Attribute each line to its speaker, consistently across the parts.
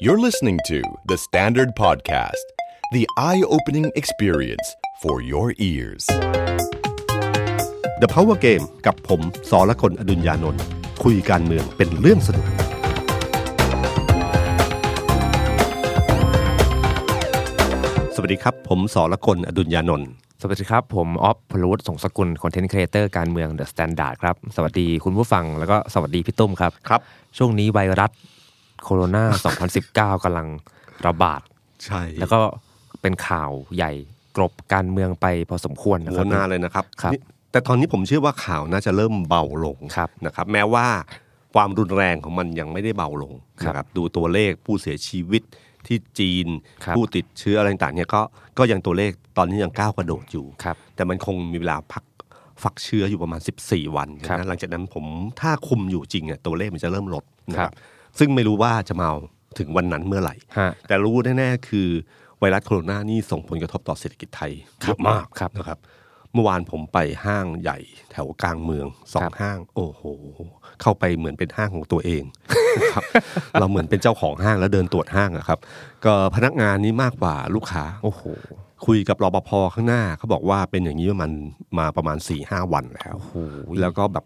Speaker 1: You're listening to The Standard Podcast, the eye opening experience for your ears.
Speaker 2: The Power Game กับผมสอละคนอดุญญานนท์คุยการเมืองเป็นเรื่องสนุก สวัสดีครับ ผมสอละคนอดุญญานนท์
Speaker 3: สวัสดีครับ ผมออฟพลวุฒิสงสกุลคอนเทนต์ครีเอเตอร์การเมืองเดอะสแตนดาร์ดครับ สวัสดีคุณผู้ฟังแล้วก็สวัสดีพี่ตุ้มครับ
Speaker 2: ครับ
Speaker 3: ช่วงนี้ไวรัสโคโรนา 2019กำลังระบาด
Speaker 2: ใช่
Speaker 3: แล้วก็เป็นข่าวใหญ่กลบการเมืองไปพอสมควรนะค
Speaker 2: โห
Speaker 3: รับ
Speaker 2: นาเลยนะครับ
Speaker 3: ครับ
Speaker 2: นี่แต่ตอนนี้ผมเชื่อว่าข่าวน่าจะเริ่มเบาลง
Speaker 3: ครับ
Speaker 2: นะครับ แม้ว่าความรุนแรงของมันยังไม่ได้เบาลง
Speaker 3: ครับ
Speaker 2: นะดูตัวเลขผู้เสียชีวิตที่จีน
Speaker 3: ครับ
Speaker 2: ผู้ติดเชื้ออะไรต่างๆเนี่ยก็ก็ยังตัวเลขตอนนี้ยังก้าวกระโดดอยู่
Speaker 3: ครับ
Speaker 2: แต่มันคงมีเวลาพักฝักเชื้ออยู่ประมาณ 14 วัน
Speaker 3: ครับ
Speaker 2: นะหลังจากนั้นผมถ้าคุมอยู่จริงอ่ะตัวเลขมันจะเริ่มลดนะค
Speaker 3: ครั
Speaker 2: รับบ ซึ่งไม่รู้ว่าจะมาถึงวันนั้นเมื่อไหร่
Speaker 3: ฮะ
Speaker 2: แต่รู้แน่ๆคือไวรัสโคโรนานี่ส่งผลกระทบต่อเศรษฐกิจไทยเยอะมาก
Speaker 3: ครับ
Speaker 2: นะครับ เมื่อวานผมไปห้างใหญ่แถวกลางเมืองสอง
Speaker 3: ครับ
Speaker 2: ห้าง โอ้โห เข้าไปเหมือนเป็นห้างของตัวเอง นะครับ เราเหมือนเป็นเจ้าของห้างแล้วเดินตรวจห้างอะครับ ก็พนักงานนี่มากกว่าลูกค้า
Speaker 3: โอ้โห
Speaker 2: คุยกับรปภข้างหน้าเขาบอกว่าเป็นอย่างนี้ประมาณมาประมาณ4ี่ห้าวันแล้วแล้วก็แบบ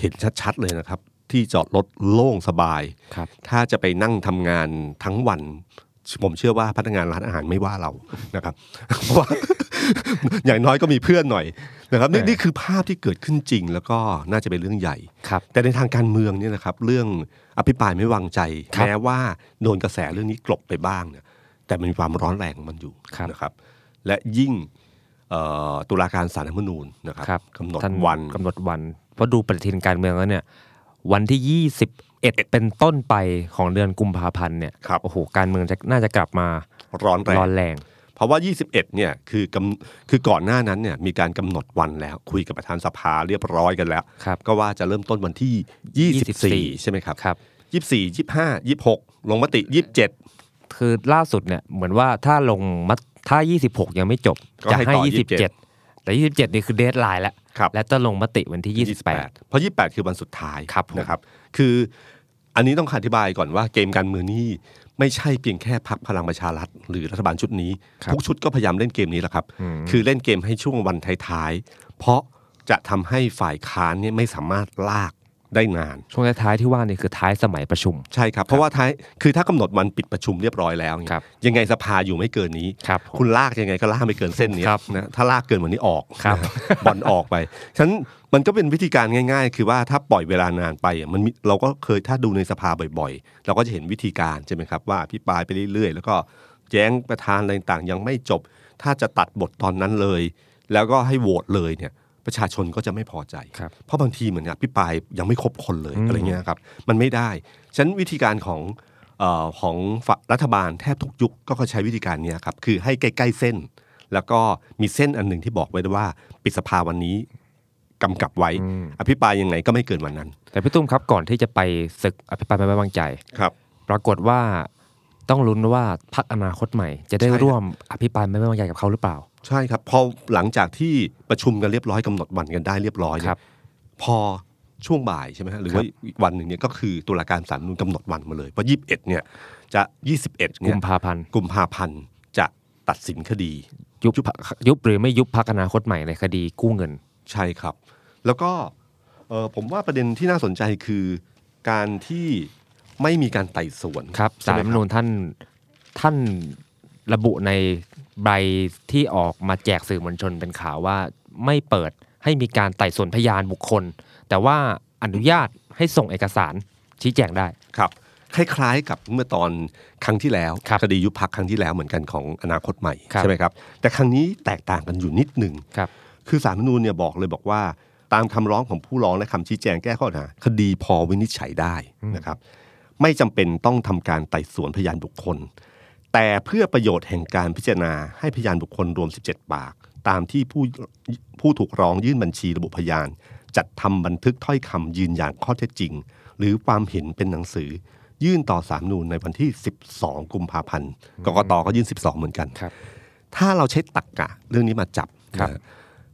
Speaker 2: เห็นชัดๆเลยนะครับ ที่จอดรถโล่งสบาย
Speaker 3: ครับ
Speaker 2: ถ้าจะไปนั่งทำงานทั้งวัน ผมเชื่อว่าพนักงานร้านอาหารไม่ว่าเรานะครับ เพราะว่า อย่างน้อยก็มีเพื่อนหน่อยนะครับนี่
Speaker 3: เออ
Speaker 2: นี่คือภาพที่เกิดขึ้นจริง แล้วก็น่าจะเป็นเรื่องใหญ่
Speaker 3: ครับ
Speaker 2: แต่ในทางการเมืองเนี่ยนะครับ เรื่องอภิปรายไม่วางใจ
Speaker 3: ครับ
Speaker 2: แม้ว่าโดนกระแสเรื่องนี้กลบไปบ้างเนี่ยแต่มันมีความร้อนแรงของมันอยู่
Speaker 3: ครับ
Speaker 2: นะครับ และยิ่งเอ่อตุลาการสารรัฐธรรมนูญนะครับ
Speaker 3: ครับ
Speaker 2: กำหนด
Speaker 3: ท่าน
Speaker 2: วัน
Speaker 3: กำหนดวัน เพราะดูปฏิทินการเมืองแล้วเนี่ย วันที่ 21 เป็นต้นไปของเดือนกุมภาพันธ์เนี่ย
Speaker 2: ครับ
Speaker 3: โอ้โหการเมืองจะน่าจะกลับมา
Speaker 2: ร้อนแรง
Speaker 3: ร้อนแรง
Speaker 2: เพราะว่า 21 เนี่ยคือกำคือก่อนหน้านั้นเนี่ยมีการกำหนดวันแล้ว คุยกับประธานสภาเรียบร้อยกันแล้ว
Speaker 3: ครับ
Speaker 2: ก็ว่าจะเริ่มต้นวันที่ 24
Speaker 3: 24
Speaker 2: ใช่ไหมครับ
Speaker 3: ครับ
Speaker 2: 24 25 26 ลงมติ 27
Speaker 3: คือล่าสุดเนี่ยเหมือนว่าถ้าลงมัดถ้า 26 ยังไม่จบ
Speaker 2: ก็
Speaker 3: จะ
Speaker 2: ให้
Speaker 3: ให้
Speaker 2: ต่อ
Speaker 3: 27 แต่ 27 นี่คือเดทไลน์แล้ว
Speaker 2: ครับ
Speaker 3: และจะลงมติวันที่ 28
Speaker 2: เพราะ 28 คือวันสุดท้าย
Speaker 3: ครับผม
Speaker 2: นะครับ คืออันนี้ต้องอธิบายก่อนว่าเกมการเมืองนี่ไม่ใช่เพียงแค่พักพลังประชารัฐหรือรัฐบาลชุดนี้
Speaker 3: ครับ
Speaker 2: ทุกชุดก็พยายามเล่นเกมนี้แหละครับ
Speaker 3: อืม
Speaker 2: คือเล่นเกมให้ช่วงวันท้ายๆเพราะจะทำให้ฝ่ายค้านเนี่ยไม่สามารถลากได้นาน
Speaker 3: ช่วงท้ายๆที่ว่านี่คือท้ายสมัยประชุม
Speaker 2: ใช่ครับ เพราะว่าท้ายคือถ้ากำหนดวันปิดประชุมเรียบร้อยแล้วเนี่ย
Speaker 3: ครับ
Speaker 2: ยังไงสภาอยู่ไม่เกินนี้
Speaker 3: ครับ
Speaker 2: คุณลากยังไงก็ลากไม่เกินเส้นนี้
Speaker 3: ครับ
Speaker 2: นะถ้าลากเกินวันนี้ออก
Speaker 3: ครับ
Speaker 2: นะบอลออกไปฉะนันมันก็เป็นวิธีการง่าย ๆ คือว่าถ้าปล่อยเวลานานไปอ่ะมันมีเราก็เคยถ้าดูในสภาบ่อยๆ เราก็จะเห็นวิธีการใช่ไหมครับว่าพิปรายไปเรื่อยๆ แล้วก็แย้งประธานอะไรต่างๆยังไม่จบ ถ้าจะตัดบทตอนนั้นเลย แล้วก็ให้โหวตเลยเนี่ยประชาชนก็จะไม่พอใจ
Speaker 3: ครับ
Speaker 2: เพราะบางทีเหมือนอภิปรายยังไม่ครบคนเลยอะไรเงี้ยครับมันไม่ได้ฉะนันวิธีการของเออของฝ่ารัฐบาลแทบทุกยุคก็ใช้วิธีการเนี้ยครับคือให้ใกล้ๆเส้น แล้วก็มีเส้นอันหนึ่งที่บอกไว้ว่า ปิดสภาวันนี้กำกับไว้ อภิปรายยังไงก็ไม่เกินวันนั้น
Speaker 3: แต่พี่ตุ้มครับก่อนที่จะไปศึกอภิปรายไม่ไว้วางใจ
Speaker 2: ครับ
Speaker 3: ปรากฏว่าต้องลุ้นว่าพักอนาคตใหม่ จะได้
Speaker 2: ใช่ครับ
Speaker 3: ร่วมอภิปรายไม่ไว้วางใจกับเขาหรือเปล่า
Speaker 2: ใช่ครับพอหลังจากที่ประชุมกันเรียบร้อยกำหนดวันกันได้เรียบร้อย
Speaker 3: ค
Speaker 2: เนี่
Speaker 3: รั
Speaker 2: ย
Speaker 3: บ
Speaker 2: พอช่วงบ่ายใช่ไหมฮะหรือว่าอีกวันหนึ่งเนี่ยก็คือตุลาการศาลรฐธรรมนูนกำหนดวันมาเลยว่ายี่สิบเอ็ดเนี่ยจะยี่สิบเอ็ดเนี่
Speaker 3: กุ
Speaker 2: ย
Speaker 3: มภาพันธ์
Speaker 2: กุมภาพันธ์จะตัดสินคดี
Speaker 3: ยุบยุบหรือไม่ยุบพักอนาคตใหม่ในคดีกู้เงิน
Speaker 2: ใช่ครับ แล้วก็เอ่อผมว่าประเด็นที่น่าสนใจคือการที่ไม่มีการไต่สวน
Speaker 3: ครับ
Speaker 2: ใช่
Speaker 3: สาร
Speaker 2: ไห
Speaker 3: รัฐธรรม
Speaker 2: ค
Speaker 3: นู
Speaker 2: บ
Speaker 3: ญท่านท่านระบุในใบที่ออกมาแจกสื่อมวลชนเป็นข่าวว่าไม่เปิดให้มีการไต่สวนพยานบุคคล แต่ว่าอนุญาตให้ส่งเอกสารชี้แจงได้
Speaker 2: ครับคล้ายๆกับเมื่อตอนครั้งที่แล้ว
Speaker 3: ครับ
Speaker 2: คดียุบพักครั้งที่แล้วเหมือนกันของอนาคตใหม่
Speaker 3: ครับ
Speaker 2: ใช่ไหมครับ แต่ครั้งนี้แตกต่างกันอยู่นิดหนึ่ง
Speaker 3: ครับ
Speaker 2: คือสารรัฐธรรมนูญเนี่ยบอกเลยบอกว่า ตามคำร้องของผู้ร้องและคำชี้แจงแก้ข้อหาคดีพอวินิจฉัยได้นะครับ ไม่จำเป็นต้องทำการไต่สวนพยานบุคคล แต่เพื่อประโยชน์แห่งการพิจารณาให้พยานบุคคลรวม 17 ปาก ตามที่ผู้ผู้ถูกร้องยื่นบัญชีระบุพยาน จัดทำบันทึกถ้อยคำยืนยันข้อเท็จจริง หรือความเห็นเป็นหนังสือ ยื่นต่อสามนูนในวันที่ 12 กุมภาพันธ์กกตก็ยื่น 12 เหมือนกัน
Speaker 3: ครับ
Speaker 2: ถ้าเราใช้ตักกะเรื่องนี้มาจับ
Speaker 3: ครับ
Speaker 2: นะ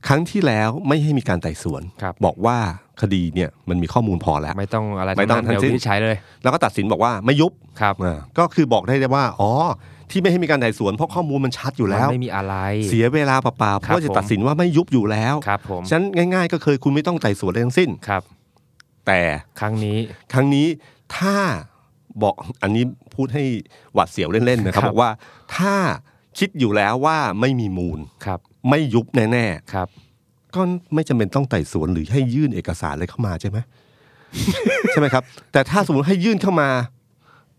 Speaker 2: ครั้งที่แล้วไม่ให้มีการไต่สวน
Speaker 3: ครับ
Speaker 2: บอกว่าคดีเนี่ยมันมีข้อมูลพอแล้ว
Speaker 3: ไม่ต้องอะไร
Speaker 2: ไม่ต้อง
Speaker 3: ทั้งนั้
Speaker 2: ทั้ง
Speaker 3: น
Speaker 2: สิ้น
Speaker 3: เดี๋ยววินิจฉัยเลย
Speaker 2: แล้วก็ตัดสินบอกว่าไม่ยุบ
Speaker 3: ครับ
Speaker 2: อ่าก็คือบอกได้เลยว่าอ๋อที่ไม่ให้มีการไต่สวนเพราะข้อมูลมันชัดอยู่แล้ว
Speaker 3: มันไม่มีอะไร
Speaker 2: เสียเวลาเปล่าๆเพ
Speaker 3: ครับ
Speaker 2: ราะจะ
Speaker 3: ผม
Speaker 2: ตัดสินว่าไม่ยุบอยู่แล้ว
Speaker 3: ครับผม
Speaker 2: ฉะนั้นง่าย ๆ ก็คือคุณไม่ต้องไต่สวนอะไรทั้งสิ้น
Speaker 3: ครับ
Speaker 2: แต่
Speaker 3: ครั้งนี้
Speaker 2: ครั้งนี้ถ้าบอกอันนี้พูดให้หวัดเสียวเล่นๆนะครับ
Speaker 3: ครับ
Speaker 2: บอกว่าถ้าคิดอยู่แล้วว่าไม่มีมูล
Speaker 3: ครับ
Speaker 2: ไม่ยุบแน่
Speaker 3: ครับ
Speaker 2: ๆก็ไม่จำเป็นต้องไต่สวนหรือให้ยื่นเอกสารอะไรเข้ามาใช่ไหม ใช่ไหมครับ แต่ถ้าสมมติให้ยื่นเข้ามา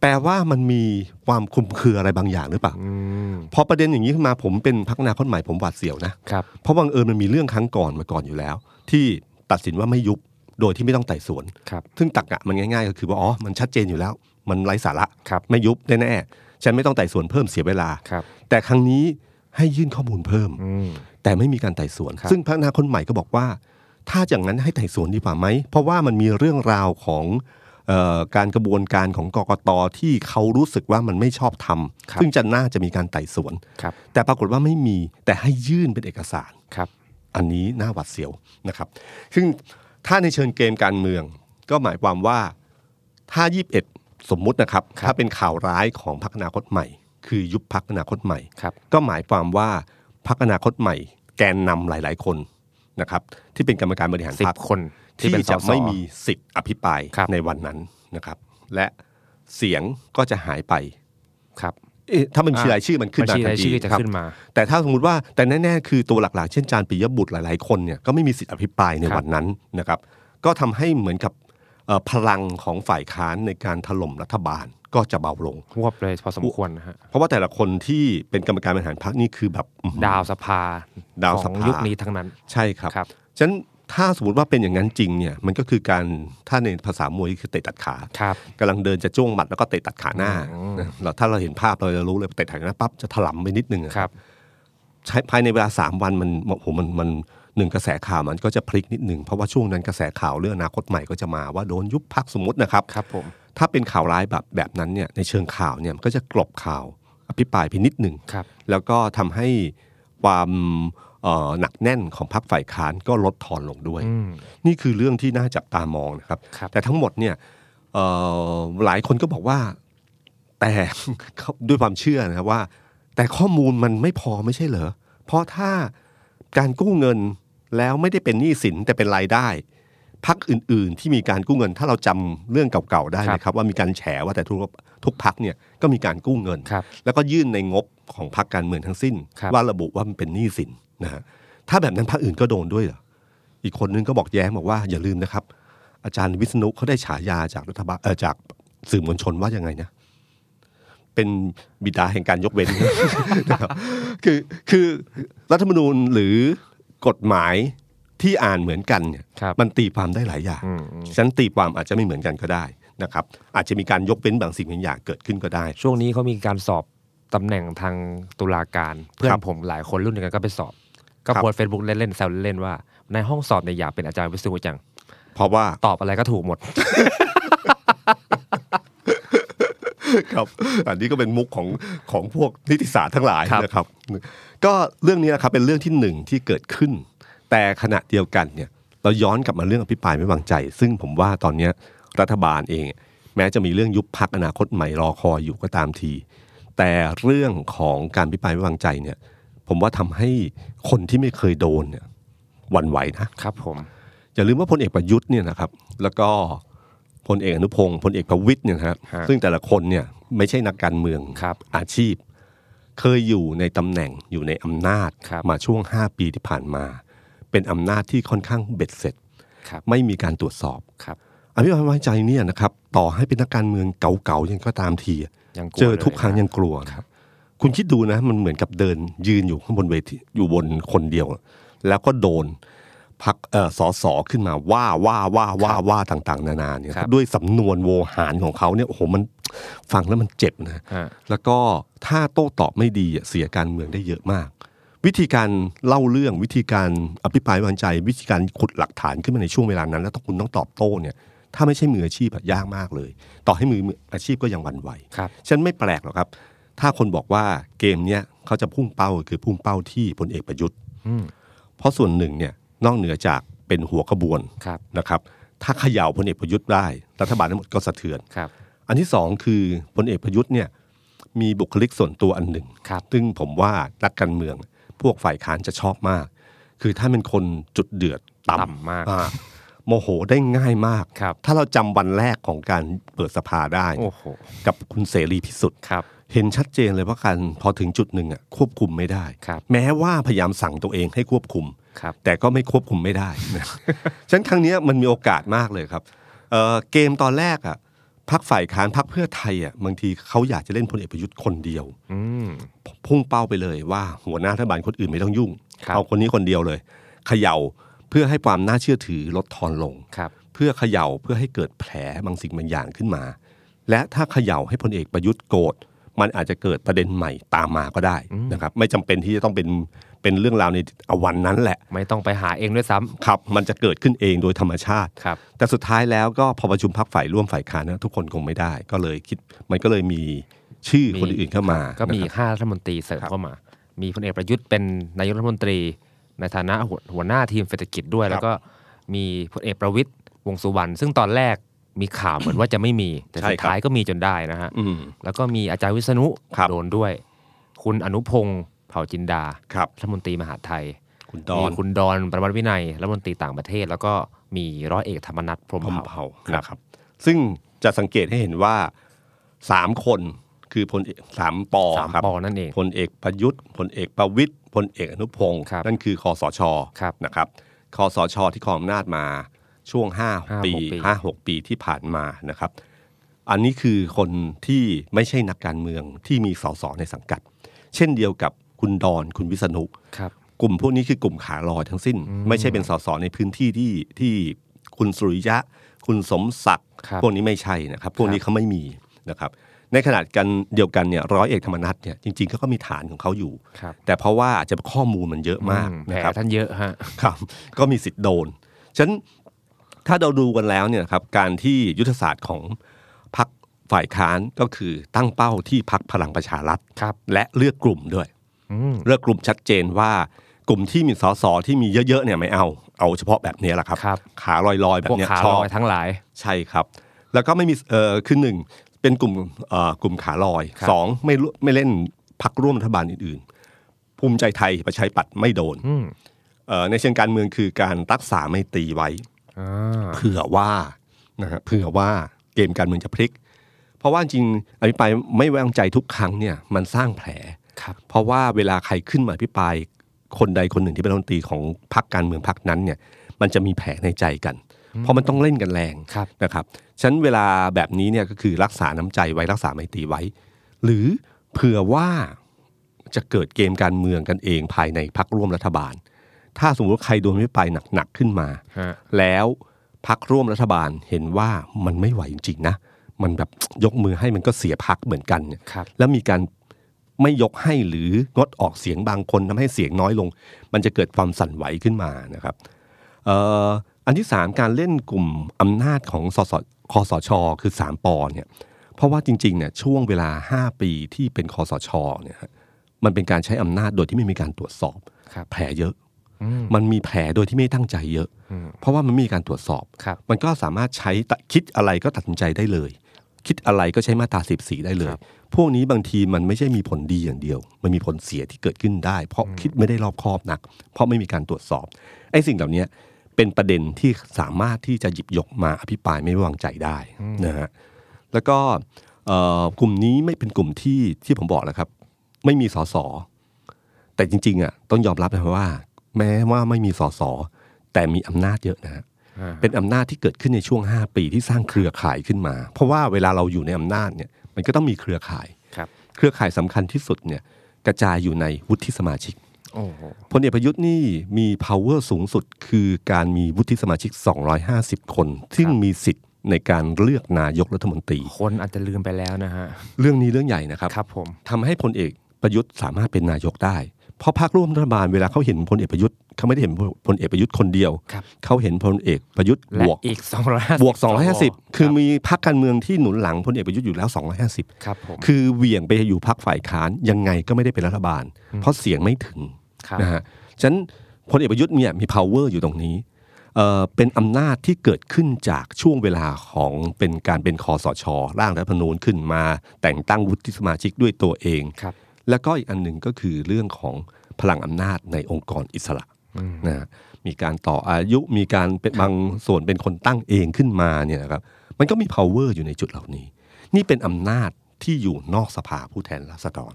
Speaker 2: แปลว่ามันมีความคลุมเครืออะไรบางอย่างหรือเปล่า
Speaker 3: อืม
Speaker 2: พอประเด็นอย่างนี้ขึ้นมาผมเป็นพักนาคตใหม่ผมหวาดเสียวนะ
Speaker 3: ครับ
Speaker 2: เพราะบังเอิญมันมีเรื่องครั้งก่อนมาก่อนอยู่แล้ว ที่ตัดสินว่าไม่ยุบโดยที่ไม่ต้องไต่สวน
Speaker 3: ครับ
Speaker 2: ซึ่งตักกะมันง่ายๆ ก็คือว่าอ๋อมันชัดเจนอยู่แล้ว มันไร้สาระ
Speaker 3: ครับ
Speaker 2: ไม่ยุบแน่ๆฉันไม่ต้องไต่สวนเพิ่มเสียเวลา
Speaker 3: ครับ
Speaker 2: แต่ครั้งนี้ให้ยื่นข้อมูลเพิ่ม
Speaker 3: อืม
Speaker 2: แต่ไม่มีการไต่สวน
Speaker 3: ครับ
Speaker 2: ซึ่งพระนาคนใหม่ก็บอกว่า ถ้าอย่างนั้นให้ไต่สวนดีกว่าไหม เพราะว่ามันมีเรื่องราวของเอ่อการกระบวนการของกกตที่เขารู้สึกว่ามันไม่ชอบทำซึ่งจะน่าจะมีการไต่สวน
Speaker 3: ครับ
Speaker 2: แต่ปรากฏว่าไม่มีแต่ให้ยื่นเป็นเอกสาร
Speaker 3: ครับ
Speaker 2: อันนี้น่าหวัดเสียวนะครับ ซึ่งถ้าในเชิงเกมการเมือง ก็หมายความว่าถ้า 21 สมมุตินะครับ ถ้าเป็นข่าวร้ายของพักอนาคตใหม่ คือยุบพักอนาคตใหม่
Speaker 3: ครับ
Speaker 2: ก็หมายความว่าพักอนาคตใหม่ แกนนำหลาย ๆ คนนะครับ ที่เป็นกรรมการบริหาร
Speaker 3: สิ
Speaker 2: พร
Speaker 3: บ
Speaker 2: รค
Speaker 3: คนที่
Speaker 2: ที่
Speaker 3: เป็นส
Speaker 2: จะ
Speaker 3: ส
Speaker 2: ไม่มีสิทธิ์อภิปราย
Speaker 3: ครับ
Speaker 2: ในวันนั้นนะครับ และเสียงก็จะหายไป
Speaker 3: ครับ
Speaker 2: เอ๊ะถ้ามันชื่อรายชื่อมันขึ้น
Speaker 3: บัญ
Speaker 2: มา
Speaker 3: ชี
Speaker 2: ทันที
Speaker 3: รายชื่อจะ
Speaker 2: ครับ
Speaker 3: ขึ้นมา
Speaker 2: แต่ถ้าสมมติว่าแต่แน่ๆ คือตัวหลักๆ เช่นจานปิยบุตรหลายๆ คนเนี่ยก็ไม่มีสิทธิอภิปรายใน
Speaker 3: ครับ
Speaker 2: วันนั้นนะครับ ก็ทำให้เหมือนกับเอ่อพลังของฝ่ายค้านในการถล่มรัฐบาลก็จะเบาลง
Speaker 3: หวบเลยพอสมควรนะฮะ
Speaker 2: เพราะว่าแต่ละคนที่เป็นกรรมการบริหารพรรคนี่คือแบบอื้อหือ
Speaker 3: ดาวสภา
Speaker 2: ดาวสภา
Speaker 3: ของยุคนี้ทั้งนั้น
Speaker 2: ใช่ครับ
Speaker 3: ครับ
Speaker 2: ฉะนั้นถ้าสมมติว่าเป็นอย่างนั้นจริงเนี่ยมันก็คือการถ้าในภาษามวยคือเตะตัดขา
Speaker 3: ครับ
Speaker 2: กำลังเดินจะจ้วงหมัดแล้วก็เตะตัดขาหน้า
Speaker 3: อืม
Speaker 2: นะเราถ้าเราเห็นภาพเราจะรู้เลยเตะตัดขาหน้าปั๊บจะถลำไปนิดนึงอะ
Speaker 3: ครับ
Speaker 2: ใช้ภายในเวลา 3 วันมันโอ้โหมันมันหนึ่งกระแสข่าวมันก็จะพลิกนิดหนึ่งเพราะว่าช่วงนั้นกระแสข่าวเรื่องอนาคตใหม่ก็จะมาว่าโดนยุบพักสมมตินะครับ
Speaker 3: ครับผม
Speaker 2: ถ้าเป็นข่าวร้ายแบบแบบนั้นเนี่ยในเชิงข่าวเนี่ยมันก็จะกลบข่าวอภิปรายไปนิดหนึ่ง
Speaker 3: ครับ
Speaker 2: แล้วก็ทำให้ความเอ่อหนักแน่นของพรรคฝ่ายค้านก็ลดทอนลงด้วย
Speaker 3: อืม
Speaker 2: นี่คือเรื่องที่น่าจับตามองนะครับ
Speaker 3: ครับ
Speaker 2: แต่ทั้งหมดเนี่ยเอ่อหลายคนก็บอกว่าแต่ ด้วยความเชื่อนะครับว่า แต่ข้อมูลมันไม่พอไม่ใช่เหรอ เพราะถ้าการกู้เงินแล้วไม่ได้เป็นหนี้สินแต่เป็นรายได้พักอื่น ๆ ที่มีการกู้เงิน ถ้าเราจำเรื่องเก่าๆได้นะครับ ว่ามีการแฉว่าแต่ทุกทุกพักเนี่ยก็มีการกู้เงิน
Speaker 3: ครับ
Speaker 2: แล้วก็ยื่นในงบของพรรคการเมืองทั้งสิ้น
Speaker 3: ครับ
Speaker 2: ว่าระบุว่ามันเป็นหนี้สินนะฮะถ้าแบบนั้นพรรคอื่นก็โดนด้วยเหรออีกคนนึงก็บอกแย้งบอกว่าอย่าลืมนะครับ อาจารย์วิษณุเขาได้ฉายาจากรัฐบาลเอ่อจากสื่อมวลชนว่ายังไงนะ เป็นบิดาแห่งการยกเว้น นะครับ คือคือรัฐธรรมนูญหรือกฎหมายที่อ่านเหมือนกันเนี่ย
Speaker 3: ครับ
Speaker 2: มันตีความได้หลายอย่าง
Speaker 3: อืมอืม
Speaker 2: ฉะนันตีความอาจจะไม่เหมือนกันก็ได้นะครับ อาจจะมีการยกเว้นบางสิ่งบางอย่างเกิดขึ้นก็ได้
Speaker 3: ช่วงนี้เขามีการสอบตำแหน่งทางตุลาการ เพื่อนผมหลายคนรุ่นเดียวกันก็ไปสอบ ก็
Speaker 2: ครับ
Speaker 3: โพสเฟซบุ๊กเล่นๆแซวเล่นๆว่า ในห้องสอบเนี่ยอยากเป็นอาจารย์วิศวะจัง
Speaker 2: เพราะว่า
Speaker 3: ตอบอะไรก็ถูกหมด
Speaker 2: ครับอันนี้ก็เป็นมุกของของพวกนิติศาสตร์ทั้งหลาย
Speaker 3: ครับ
Speaker 2: นะครับ ก็เรื่องนี้นะครับเป็นเรื่องที่หนึ่งที่เกิดขึ้น แต่ขณะเดียวกันเนี่ยเราย้อนกลับมาเรื่องอภิปรายไม่วางใจ ซึ่งผมว่าตอนเนี้ยรัฐบาลเอง แม้จะมีเรื่องยุบพักอนาคตใหม่รอคอยอยู่ก็ตามที แต่เรื่องของการอภิปรายไม่วางใจเนี่ยผมว่าทำให้คนที่ไม่เคยโดนเนี่ยหวั่นไหวนะ
Speaker 3: ครับผม
Speaker 2: อย่าลืมว่าพลเอกประยุทธ์เนี่ยนะครับแล้วก็พลเอกอนุพงศ์พลเอกประวิตยเนี่ยนะครับซึ่งแต่ละคนเนี่ยไม่ใช่นักการเมือง
Speaker 3: ครับ
Speaker 2: อาชีพ เคยอยู่ในตำแหน่งอยู่ในอำนาจ
Speaker 3: ครับ
Speaker 2: มาช่วง 5 ปีที่ผ่านมา เป็นอำนาจที่ค่อนข้างเบ็ดเสร็จ
Speaker 3: ครับ
Speaker 2: ไม่มีการตรวจสอบ
Speaker 3: ครับ
Speaker 2: อภิปรายไม่ไว้วางใจเนี่ยนะครับต่อให้เป็นนักการเมืองเก่าๆยังก็ตามที
Speaker 3: ยังลัว
Speaker 2: เจอทุก
Speaker 3: ลย
Speaker 2: ครั้งยังกลัวนะคุณคิดดูนะมันเหมือนกับเดินยืนอยู่ข้างบนเวทีอยู่บนคนเดียว แล้วก็โดนพักเอ่อสอสอขึ้นมาว่าว่าว่าว่าว่าต่าง ๆ นานาเนี่ยครับด้วยสำนวนโวหารของเขาเนี่ยโอ้โหมันฟังแล้วมันเจ็บนะ
Speaker 3: อ่า
Speaker 2: แล้วก็ถ้าโต้ตอบไม่ดีอะเสียการเมืองได้เยอะมาก วิธีการเล่าเรื่องวิธีการอภิปรายไม่ไวางใจ วิธีการขุดหลักฐานขึ้นมาในช่วงเวลานั้น แล้วต้องคุณต้องตอบโต้เนี่ยถ้าไม่ใช่มืออาชีพอะยากมากเลย ต่อให้มืออาชีพก็ยังหวันไหว
Speaker 3: ครับ
Speaker 2: ฉันไม่แปลกหรอกครับ ถ้าคนบอกว่าเกมเนี้ยเขาจะพุ่งเป้าคือพุ่งเป้าที่พลเอกประยุทธ์
Speaker 3: อืม
Speaker 2: เพราะส่วนหนึ่งเนี่ยนอกเหนือจากเป็นหัวขบวน
Speaker 3: ครับ
Speaker 2: นะครับ ถ้าเขย่าพลเอกประยุทธ์ได้รัฐบาลทั้งหมดก็สะเทือน
Speaker 3: ครับ
Speaker 2: อันที่สองคือพลเอกประยุทธ์เนี่ยมีบุคลิกส่วนตัวอันหนึ่ง
Speaker 3: ครับ
Speaker 2: ซึ่งผมว่านักการเมืองพวกฝ่ายค้านจะชอบมาก คือท่านเป็นคนจุดเดือดต่
Speaker 3: ต่ำมาก
Speaker 2: ำอ่าโมโหได้ง่ายมาก
Speaker 3: ครับ
Speaker 2: ถ้าเราจำวันแรกของการเปิดสภาได้
Speaker 3: โอ้โห
Speaker 2: กับคุณเสรีพิสุทธิ์
Speaker 3: ครับ
Speaker 2: เห็นชัดเจนเลยว่าการพอถึงจุดหนึ่งอ่ะควบคุมไม่ได้
Speaker 3: ครับ
Speaker 2: แม้ว่าพยายามสั่งตัวเองให้ควบคุม
Speaker 3: ครับ
Speaker 2: แต่ก็ไม่ควบคุมไม่ได้นะ ฉะนั้นครั้งเนี้ยมันมีโอกาสมากเลยครับเอ่อเกมตอนแรกอ่ะพักฝ่ายค้านพักเพื่อไทยอ่ะบางทีเขาอยากจะเล่นพลเอกประยุทธ์คนเดียว
Speaker 3: อืม
Speaker 2: พุ่งเป้าไปเลยว่าหัวหน้ารัฐบาลคนอื่นไม่ต้องยุ่ง
Speaker 3: ครับ
Speaker 2: เอาคนนี้คนเดียวเลยเขย่าเพื่อให้ความน่าเชื่อถือลดทอนลง
Speaker 3: ครับ
Speaker 2: เพื่อเขย่าเพื่อให้เกิดแผลบางสิ่งบางอย่างขึ้นมา และถ้าเขย่าให้พลเอกประยุทธ์โกรธมันอาจจะเกิดประเด็นใหม่ตามมาก็ได้นะครับไม่จำเป็นที่จะต้องเป็นเป็นเรื่องราวในวันนั้นแหละ
Speaker 3: ไม่ต้องไปหาเองด้วยซ้ำ
Speaker 2: ครับมันจะเกิดขึ้นเองโดยธรรมชาติ
Speaker 3: ครับ
Speaker 2: แต่สุดท้ายแล้วก็พอประชุมพักฝ่ายร่วมฝ่ายค้านนะทุกคนคงไม่ได้ ก็เลยคิดมันก็เลยมีชื่อ
Speaker 3: มี
Speaker 2: คนอื่นเข้ามา
Speaker 3: ก็มี
Speaker 2: นะครับ
Speaker 3: ห้ารัฐมนตรีเสริม
Speaker 2: ครับ
Speaker 3: เข้ามา มีพลเอกประยุทธ์เป็นนายกรัฐมนตรี ในฐานะหัวหัวหน้าทีมเศรษฐกิจด้วย
Speaker 2: ครับ
Speaker 3: แล้วก็มีพลเอกประวิตยวงษ์สุวรรณซึ่งตอนแรกมีข่าวเหมือนว่าจะไม่มี แต่
Speaker 2: ใช่
Speaker 3: สุ
Speaker 2: ครับ
Speaker 3: ดท้ายก็มีจนได้นะฮะ
Speaker 2: อืม
Speaker 3: แล้วก็มีอาจารย์วิษณุ
Speaker 2: ครับ
Speaker 3: โดนด้วย คุณอนุพงศ์เผ่าจินดา
Speaker 2: ครับ
Speaker 3: รัฐมนตรีมหาดไทย
Speaker 2: คุณดอ
Speaker 3: มี
Speaker 2: น
Speaker 3: คุณดอนประวัติวินัยรัฐมนตรีต่างประเทศ แล้วก็มีร้อยเอกธรรมนัฐพรหม
Speaker 2: พรหม
Speaker 3: เผ่า
Speaker 2: เผ่านะครับ ซึ่งจะสังเกตให้เห็นว่าสามคนคือพลเอกสามปอ
Speaker 3: สาม
Speaker 2: ครับ
Speaker 3: ปอนั่นเอง
Speaker 2: พลเอกประยุทธ์พลเอกประวิตยพลเอกอนุพงศ์
Speaker 3: ครับ
Speaker 2: นั่นคือคอสช
Speaker 3: ครับ
Speaker 2: นะครับคอสชที่ครองอำนาจมาช่วงห้า
Speaker 3: ห้า
Speaker 2: ปี
Speaker 3: หกปี
Speaker 2: ห้าหกปีที่ผ่านมานะครับ อันนี้คือคนที่ไม่ใช่นักการเมืองที่มีสสในสังกัด เช่นเดียวกับคุณดอนคุณวิษณุ
Speaker 3: ครับ
Speaker 2: กลุ่มพวกนี้คือกลุ่มขาลอยทั้งสิ้น ไม่ใช่เป็นสสในพื้นที่ที่ที่คุณสุริยะ คุณสมศักดิ์
Speaker 3: ครับ
Speaker 2: พวกนี้ไม่ใช่นะครับ พวกนี้เขาไม่มีนะครับ ในขณะกันเดียวกันเนี่ยร้อยเอกธรรมนัฐเนี่ยจริงๆเขาก็มีฐานของเขาอยู่
Speaker 3: ครับ
Speaker 2: แต่เพราะว่าอาจจะข้อมูลมันเยอะมาก
Speaker 3: อืแผล
Speaker 2: นะครับ
Speaker 3: ท่านเยอะฮะ
Speaker 2: ครับก็มีสิทธิ์โดน ฉะนั้นถ้าเราดูกันแล้วเนี่ยนะครับการที่ยุทธศาสตร์ของพรรคฝ่ายค้านก็คือตั้งเป้าที่พรรคพลังประชารัฐ
Speaker 3: ครับ
Speaker 2: และเลือกกลุ่มด้วย
Speaker 3: อืม
Speaker 2: เลือกกลุ่มชัดเจนว่ากลุ่มที่มีสสที่มีเยอะๆเนี่ยไม่เอาเอาเฉพาะแบบเนี้ยแหละครับ
Speaker 3: ครับ
Speaker 2: ขาลอยๆ แบ
Speaker 3: พว
Speaker 2: บ
Speaker 3: ก
Speaker 2: เนี้ย
Speaker 3: ขา
Speaker 2: ช
Speaker 3: ล
Speaker 2: อบ
Speaker 3: อยทั้งหลาย
Speaker 2: ใช่ครับ แล้วก็ไม่มีเออคือหนึ่งเป็นกลุ่มเอ่อกลุ่มขาลอย
Speaker 3: ครับ
Speaker 2: สองไม่รู้ไม่เล่นพักร่วมรัฐบาลอื่นๆ ภูมิใจไทยประชาธิปัตย์ไม่โดน
Speaker 3: อืม
Speaker 2: เอ่อในเชิงการเมืองคือการรักษาไม่ตรีไว้
Speaker 3: อ่า
Speaker 2: เผื่อว่านะฮะเผื่อว่าเกมการเมืองจะพลิก เพราะว่าจริงอภิปรายไม่ไว้วางใจทุกครั้งเนี่ยมันสร้างแผล
Speaker 3: ครับ
Speaker 2: เพราะว่าเวลาใครขึ้นมาอภิปรายคนใดคนหนึ่งที่เป็นรัฐมนตรีของพรรคการเมืองพรรคนั้นเนี่ยมันจะมีแผลในใจกัน เพราะมันต้องเล่นกันแรง
Speaker 3: ครับ
Speaker 2: นะครับฉะนั้นเวลาแบบนี้เนี่ยก็คือรักษาน้ำใจไว้รักษาไมตรีไว้ หรือเผื่อว่าจะเกิดเกมการเมืองกันเองภายในพรรคร่วมรัฐบาล ถ้าสมมติว่าใครโดนไม่ไปรายหนักๆขึ้นมา
Speaker 3: ฮะ
Speaker 2: แล้วพักร่วมรัฐบาลเห็นว่ามันไม่ไหวจริงๆนะ มันแบบ ยกมือให้มันก็เสียพักเหมือนกันเนี่ย
Speaker 3: ครับ
Speaker 2: แล้วมีการไม่ยกให้หรืองดออกเสียงบางคนทำให้เสียงน้อยลง มันจะเกิดความสั่นไหวขึ้นมานะครับเอ่ออันที่สามการเล่นกลุ่มอำนาจของสสคอสช คือสามปอเนี่ยเพราะว่าจริงๆเนี่ยช่วงเวลา 5 ปีที่เป็นคอสชเนี่ยฮะมันเป็นการใช้อำนาจโดยที่ไม่มีการตรวจสอบ
Speaker 3: ครับ
Speaker 2: แผลเยอะ
Speaker 3: อืม
Speaker 2: มันมีแผลโดยที่ไม่ตั้งใจเยอะ
Speaker 3: อืม
Speaker 2: เพราะว่ามันไม่มีการตรวจสอบ
Speaker 3: ครับ
Speaker 2: มันก็สามารถใช้ตะคิดอะไรก็ตัดสินใจได้เลย คิดอะไรก็ใช้มาตราสิบสีได้เลย
Speaker 3: ครับ
Speaker 2: พวกนี้บางทีมันไม่ใช่มีผลดีอย่างเดียว มันมีผลเสียที่เกิดขึ้นได้ เพราะคิดไม่ได้รอบคอบนัก เพราะไม่มีการตรวจสอบไอ้สิ่งเหล่านี้เป็นประเด็นที่สามารถที่จะหยิบยกมาอภิปรายไม่ไว้วางใจได้นะฮะแล้วก็เอ่อกลุ่มนี้ไม่เป็นกลุ่มที่ที่ผมบอกแล้วครับ ไม่มีสส แต่จริงๆอ่ะต้องยอมรับนะว่า แม้ว่าไม่มีสสแต่มีอำนาจเยอะนะฮะ
Speaker 3: อ่า
Speaker 2: เป็นอำนาจที่เกิดขึ้นในช่วง 5 ปีที่สร้างเครือข่ายขึ้นมา เพราะว่าเวลาเราอยู่ในอำนาจเนี่ยมันก็ต้องมีเครือข่าย
Speaker 3: ครับ
Speaker 2: เครือข่ายสำคัญที่สุดเนี่ยกระจายอยู่ในวุฒิสมาชิก
Speaker 3: โอ้โห
Speaker 2: พลเอกประยุทธ์นี่มี power สูงสุด คือการมีวุฒิสมาชิก 250 คน ซึ่งมีสิทธิ์ในการเลือกนายกรัฐมนตรี
Speaker 3: คนอาจจะลืมไปแล้วนะฮะ
Speaker 2: เรื่องนี้เรื่องใหญ่นะครับ
Speaker 3: ครับผม
Speaker 2: ทำให้พลเอกประยุทธ์สามารถเป็นนายกได้ เพราะพรรคร่วมรัฐบาลเวลาเขาเห็นพลเอกประยุทธ์เขาไม่ได้เห็นพลเอกประยุทธ์คนเดียว
Speaker 3: ครับ
Speaker 2: เขาเห็นพลเอกประยุทธ์
Speaker 3: และ
Speaker 2: บวก
Speaker 3: อีก 250
Speaker 2: บวก 250 คือ
Speaker 3: รับ
Speaker 2: มีพรรคการเมืองที่หนุนหลังพลเอกประยุทธ์อยู่แล้ว
Speaker 3: ครับผม
Speaker 2: 250 คือเหวี่ยงไปอยู่พรรคฝ่ายค้านยังไงก็ไม่ได้เป็นรัฐบาล เพราะเสียงไม่ถึง
Speaker 3: ครับ
Speaker 2: นะฮะฉะนั้น พลเอกประยุทธ์เนี่ยมี power อยู่ตรงนี้เอ่อเป็นอำนาจที่เกิดขึ้นจากช่วงเวลาของเป็นการเป็นคอสช ร่างรัฐธรรมนูญขึ้นมา แต่งตั้งวุฒิสมาชิกด้วยตัวเอง
Speaker 3: ครับ
Speaker 2: แล้วก็อีกอันหนึ่งก็คือเรื่องของพลังอำนาจในองค์กรอิสระนะฮะมีการต่ออายุมีการเป็นบางส่วนเป็นคนตั้งเองขึ้นมาเนี่ยนะครับมันก็มี power อยู่ในจุดเหล่านี้ นี่เป็นอำนาจที่อยู่นอกสภาผู้แทนราษฎร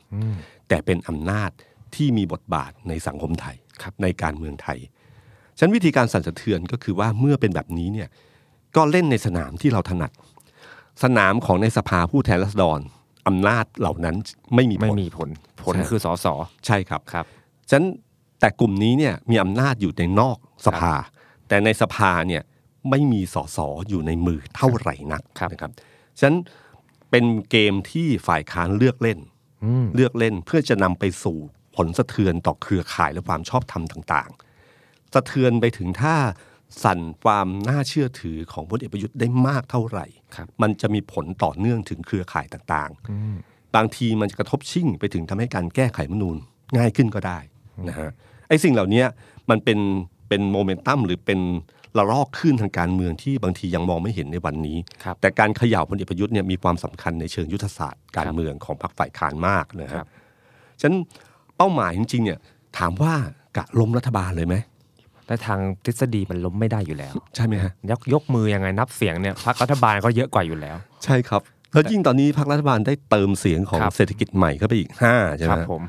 Speaker 2: แต่เป็นอำนาจที่มีบทบาทในสังคมไทยในการเมืองไทย ฉะนันวิธีการสั่นสะเทือนก็คือว่าเมื่อเป็นแบบนี้เนี่ยก็เล่นในสนามที่เราถนัด สนามของในสภาผู้แทนราษฎรอำนาจเหล่านั้นไม่มีผล
Speaker 3: ไม่มีผลผล
Speaker 2: ใช่
Speaker 3: คือสอสอ
Speaker 2: ใช่ครับ
Speaker 3: ครับ
Speaker 2: ฉะนันแต่กลุ่มนี้เนี่ยมีอำนาจอยู่ในนอกสภา แต่ในสภาเนี่ยไม่มีสสอยู่ในมือเท่าไหร่นัก
Speaker 3: ครับ
Speaker 2: นะครับฉะนันเป็นเกมที่ฝ่ายค้านเลือกเล่น
Speaker 3: อืม
Speaker 2: เลือกเล่นเพื่อจะนำไปสู่ผลสะเทือนต่อเครือข่ายและความชอบธรรมต่างๆ สะเทือนไปถึงถ้าสั่นความน่าเชื่อถือของพลเอกประยุทธ์ได้มากเท่าไหร่
Speaker 3: ครับ
Speaker 2: มันจะมีผลต่อเนื่องถึงเครือข่ายต่างๆ บางทีมันจะกระทบชิ่งไปถึงทำให้การแก้ไขรัฐธรรมนูญง่ายขึ้นก็ได้นะฮะไอ้สิ่งเหล่านี้มันเป็นเป็นโมเมนตัมหรือเป็นระลอกขึ้นทางการเมืองที่บางทียังมองไม่เห็นในวันนี้
Speaker 3: ครับ
Speaker 2: แต่การเขย่าพลเอกประยุทธ์เนี่ยมีความสำคัญในเชิงยุทธศาสตร์การ
Speaker 3: ครับ
Speaker 2: เมืองของพรรคฝ่ายค้านมากนะค
Speaker 3: ครั
Speaker 2: รับบ ฉะนันเป้าหมายจริงๆเนี่ยถามว่ากะล้มรัฐบาลเลยไหม
Speaker 3: และทางทฤษฎีมันล้มไม่ได้อยู่แล้ว
Speaker 2: ใช่ไหมฮะ
Speaker 3: ยกยกมือยังไงนับเสียงเนี่ยพรรครัฐบาลก็เยอะกว่าอยู่แล้ว
Speaker 2: ใช่ครับแล้วยิ่งตอนนี้พรรครัฐบาลได้เติมเสียงของ
Speaker 3: ครับ
Speaker 2: เศรษฐกิจใหม่เข้าไปอีกห้าใช่ไห
Speaker 3: ค
Speaker 2: ม
Speaker 3: รับ
Speaker 2: ฮะ
Speaker 3: ผม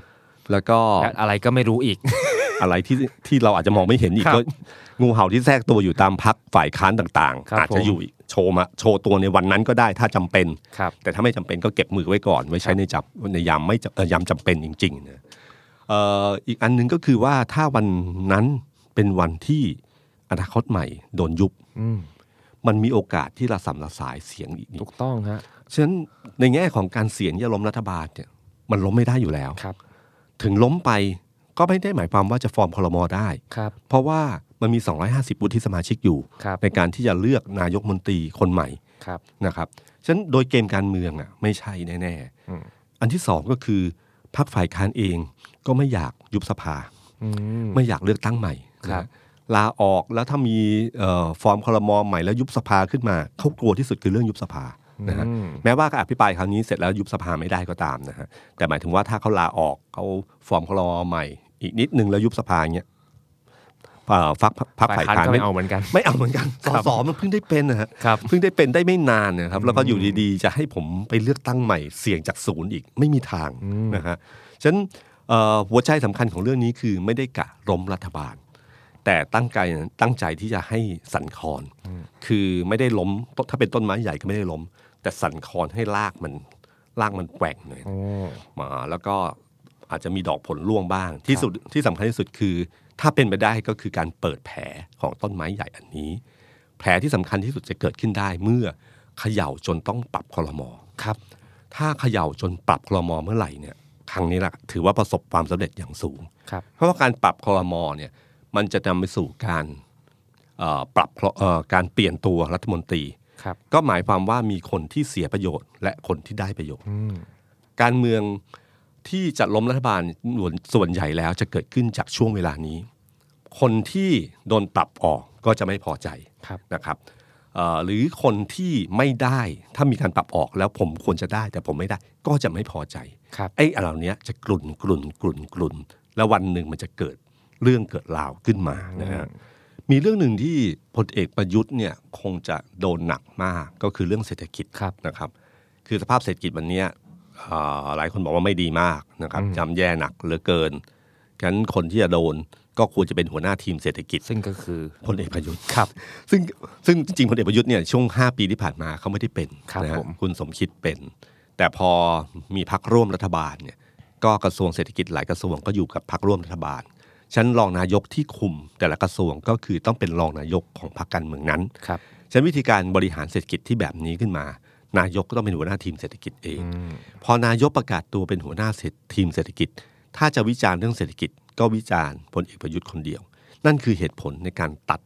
Speaker 2: แล้วก็
Speaker 3: และอะไรก็ไม่รู้อีก
Speaker 2: อะไรที่ที่เราอาจจะมองไม่เห็นอีก
Speaker 3: ครับ
Speaker 2: ก็งูเห่าที่แทรกตัวอยู่ตามพักฝ่ายค้านต่าง
Speaker 3: ครับ
Speaker 2: ๆ อาจจะ
Speaker 3: ผม
Speaker 2: อยู่อีกโชว์มาโชว์ตัวในวันนั้นก็ได้ถ้าจำเป็น
Speaker 3: ครับ
Speaker 2: แต่ถ้าไม่จำเป็นก็เก็บมือไว้ก่อน ไว้ใช้ในจับในยามไม่จำเอ่อยามจำเป็นจริงๆนะเอ่ออีกอันหนึงก็คือว่าถ้าวันนั้นเป็นวันที่อนาคตใหม่โดนยุบ
Speaker 3: อืม
Speaker 2: มันมีโอกาสที่ระสำระสายเสียงอีกนิด
Speaker 3: ถูกต้องฮะ
Speaker 2: ฉะนั้นในแง่ของการเสียงที่จะล้มรัฐบาลเนี่ยมันล้มไม่ได้อยู่แล้ว
Speaker 3: ครับ
Speaker 2: ถึงล้มไปก็ไม่ได้หมายความว่าจะฟอร์มคลมอได้
Speaker 3: ครับ
Speaker 2: เพราะว่ามันมี 250วุฒิสมาชิกอยู่
Speaker 3: ครับ
Speaker 2: ในการที่จะเลือกนายกมนตรีคนใหม่
Speaker 3: ครับ
Speaker 2: นะครับ ฉะนั้นโดยเกมการเมืองอ่ะไม่ใช่แน่
Speaker 3: อืม
Speaker 2: ๆ อันที่สองก็คือพรรคฝ่ายค้านเองก็ไม่อยากยุบสภา
Speaker 3: อืม
Speaker 2: ไม่อยากเลือกตั้งใหม่
Speaker 3: ครับ
Speaker 2: นะลาออกแล้วถ้ามีเอ่อฟอร์มคลมอใหม่แล้วยุบสภาขึ้นมาเขากลัวที่สุดคือเรื่องยุบสภานะฮะ
Speaker 3: อืม
Speaker 2: แม้ว่าการอภิปรายคราวนี้เสร็จแล้วยุบสภาไม่ได้ก็ตามนะฮะแต่หมายถึงว่าถ้าเขาลาออกเขาฟอร์มคลมอใหม่ อีกนิดนึงแล้วยุบสภาเงี้ยเอ่อพรรคพรรคฝ่ายค้าน
Speaker 3: ก็
Speaker 2: ไม่
Speaker 3: ไม่เอาเหมือนกัน
Speaker 2: ไม่เอาเหมือนกันส
Speaker 3: ครับ
Speaker 2: สมันเพิ่งได้เป็นนะฮะ
Speaker 3: ครับ
Speaker 2: เพิ่งได้เป็นได้ไม่นานเนะครับแล้วก็อยู่ดีๆ จะให้ผมไปเลือกตั้งใหม่เสี่ยงจากศูนย์อีกไม่มีทางนะฮะฉะนั้นเอ่อหัวใจสำคัญของเรื่องนี้คือไม่ได้กะล้มรัฐบาล แต่ตั้งใจตั้งใจที่จะให้สันคลอนคือไม่ได้ล้มต้นถ้าเป็นต้นไม้ใหญ่ก็ไม่ได้ล้ม แต่สันคลอนให้รากมันรากมันแกว่งหน่อย มาแล้วก็อาจจะมีดอกผลร่วงบ้าง ที่สุดที่สำคัญที่สุดคือ ถ้าเป็นไปได้ก็คือการเปิดแผลของต้นไม้ใหญ่อันนี้ แผลที่สำคัญที่สุดจะเกิดขึ้นได้เมื่อเขย่าจนต้องปรับคลมอ
Speaker 3: ครับ
Speaker 2: ถ้าเขย่าจนปรับคลมอเมื่อไหร่เนี่ยครั้งนี้ละถือว่าประสบความสำเร็จอย่างสูง
Speaker 3: ครับ
Speaker 2: เพราะว่าการปรับคลมอเนี่ยมันจะนำไปสู่การเอ่อปรับคลเอ่อการเปลี่ยนตัวรัฐมนตรี
Speaker 3: ครับ
Speaker 2: ก็หมายความว่ามีคนที่เสียประโยชน์ และคนที่ได้ประโยชน์
Speaker 3: อืม
Speaker 2: การเมืองที่จะล้มรัฐบาลส่วนส่วนใหญ่แล้วจะเกิดขึ้นจากช่วงเวลานี้ คนที่โดนปรับออกก็จะไม่พอใจ
Speaker 3: ครับ
Speaker 2: นะครับเอ่อหรือคนที่ไม่ได้ถ้ามีการปรับออกแล้วผมควรจะได้ แต่ผมไม่ได้ก็จะไม่พอใจ
Speaker 3: ครับ
Speaker 2: ไอ้เหล่านี้จะกลุ่นกลุ่นกลุ่นกลุ่นแล้ววันหนึ่งมันจะเกิดเรื่องเกิดราวขึ้นมานะฮะมีเรื่องหนึ่งที่พลเอกประยุทธ์เนี่ยคงจะโดนหนักมากก็คือเรื่องเศรษฐกิจ
Speaker 3: ครับ
Speaker 2: นะครับคือสภาพเศรษฐกิจวันเนี้ยเอ่อหลายคนบอกว่าไม่ดีมากนะครับจำแย่หนักเหลือเกินงั้นคนที่จะโดนก็ควรจะเป็นหัวหน้าทีมเศรษฐกิจ
Speaker 3: ซึ่งก็คือ
Speaker 2: พลเอกประยุทธ์
Speaker 3: ครับ
Speaker 2: ซึ่งซึ่งจริงๆพลเอกประยุทธ์เนี่ยช่วง 5 ปีที่ผ่านมาเขาไม่ได้เป็น
Speaker 3: ครับ
Speaker 2: นะฮะ
Speaker 3: ผม
Speaker 2: คุณสมคิดเป็น แต่พอมีพักร่วมรัฐบาลเนี่ยก็กระทรวงเศรษฐกิจหลายกระทรวงก็อยู่กับพักร่วมรัฐบาลฉะนันรองนายกที่คุม แต่ละกระทรวงก็คือต้องเป็นรองนายกของพรรคการเมืองนั้น
Speaker 3: ครับ
Speaker 2: ฉะนันวิธีการบริหารเศรษฐกิจที่แบบนี้ขึ้นมา นายกก็ต้องเป็นหัวหน้าทีมเศรษฐกิจเอง พอนายกประกาศตัวเป็นหัวหน้าเศรษฐทีมเศรษฐกิจ ถ้าจะวิจารณ์เรื่องเศรษฐกิจ ก็วิจารณ์พลเอกประยุทธ์คนเดียว นั่นคือเหตุผลในการตัด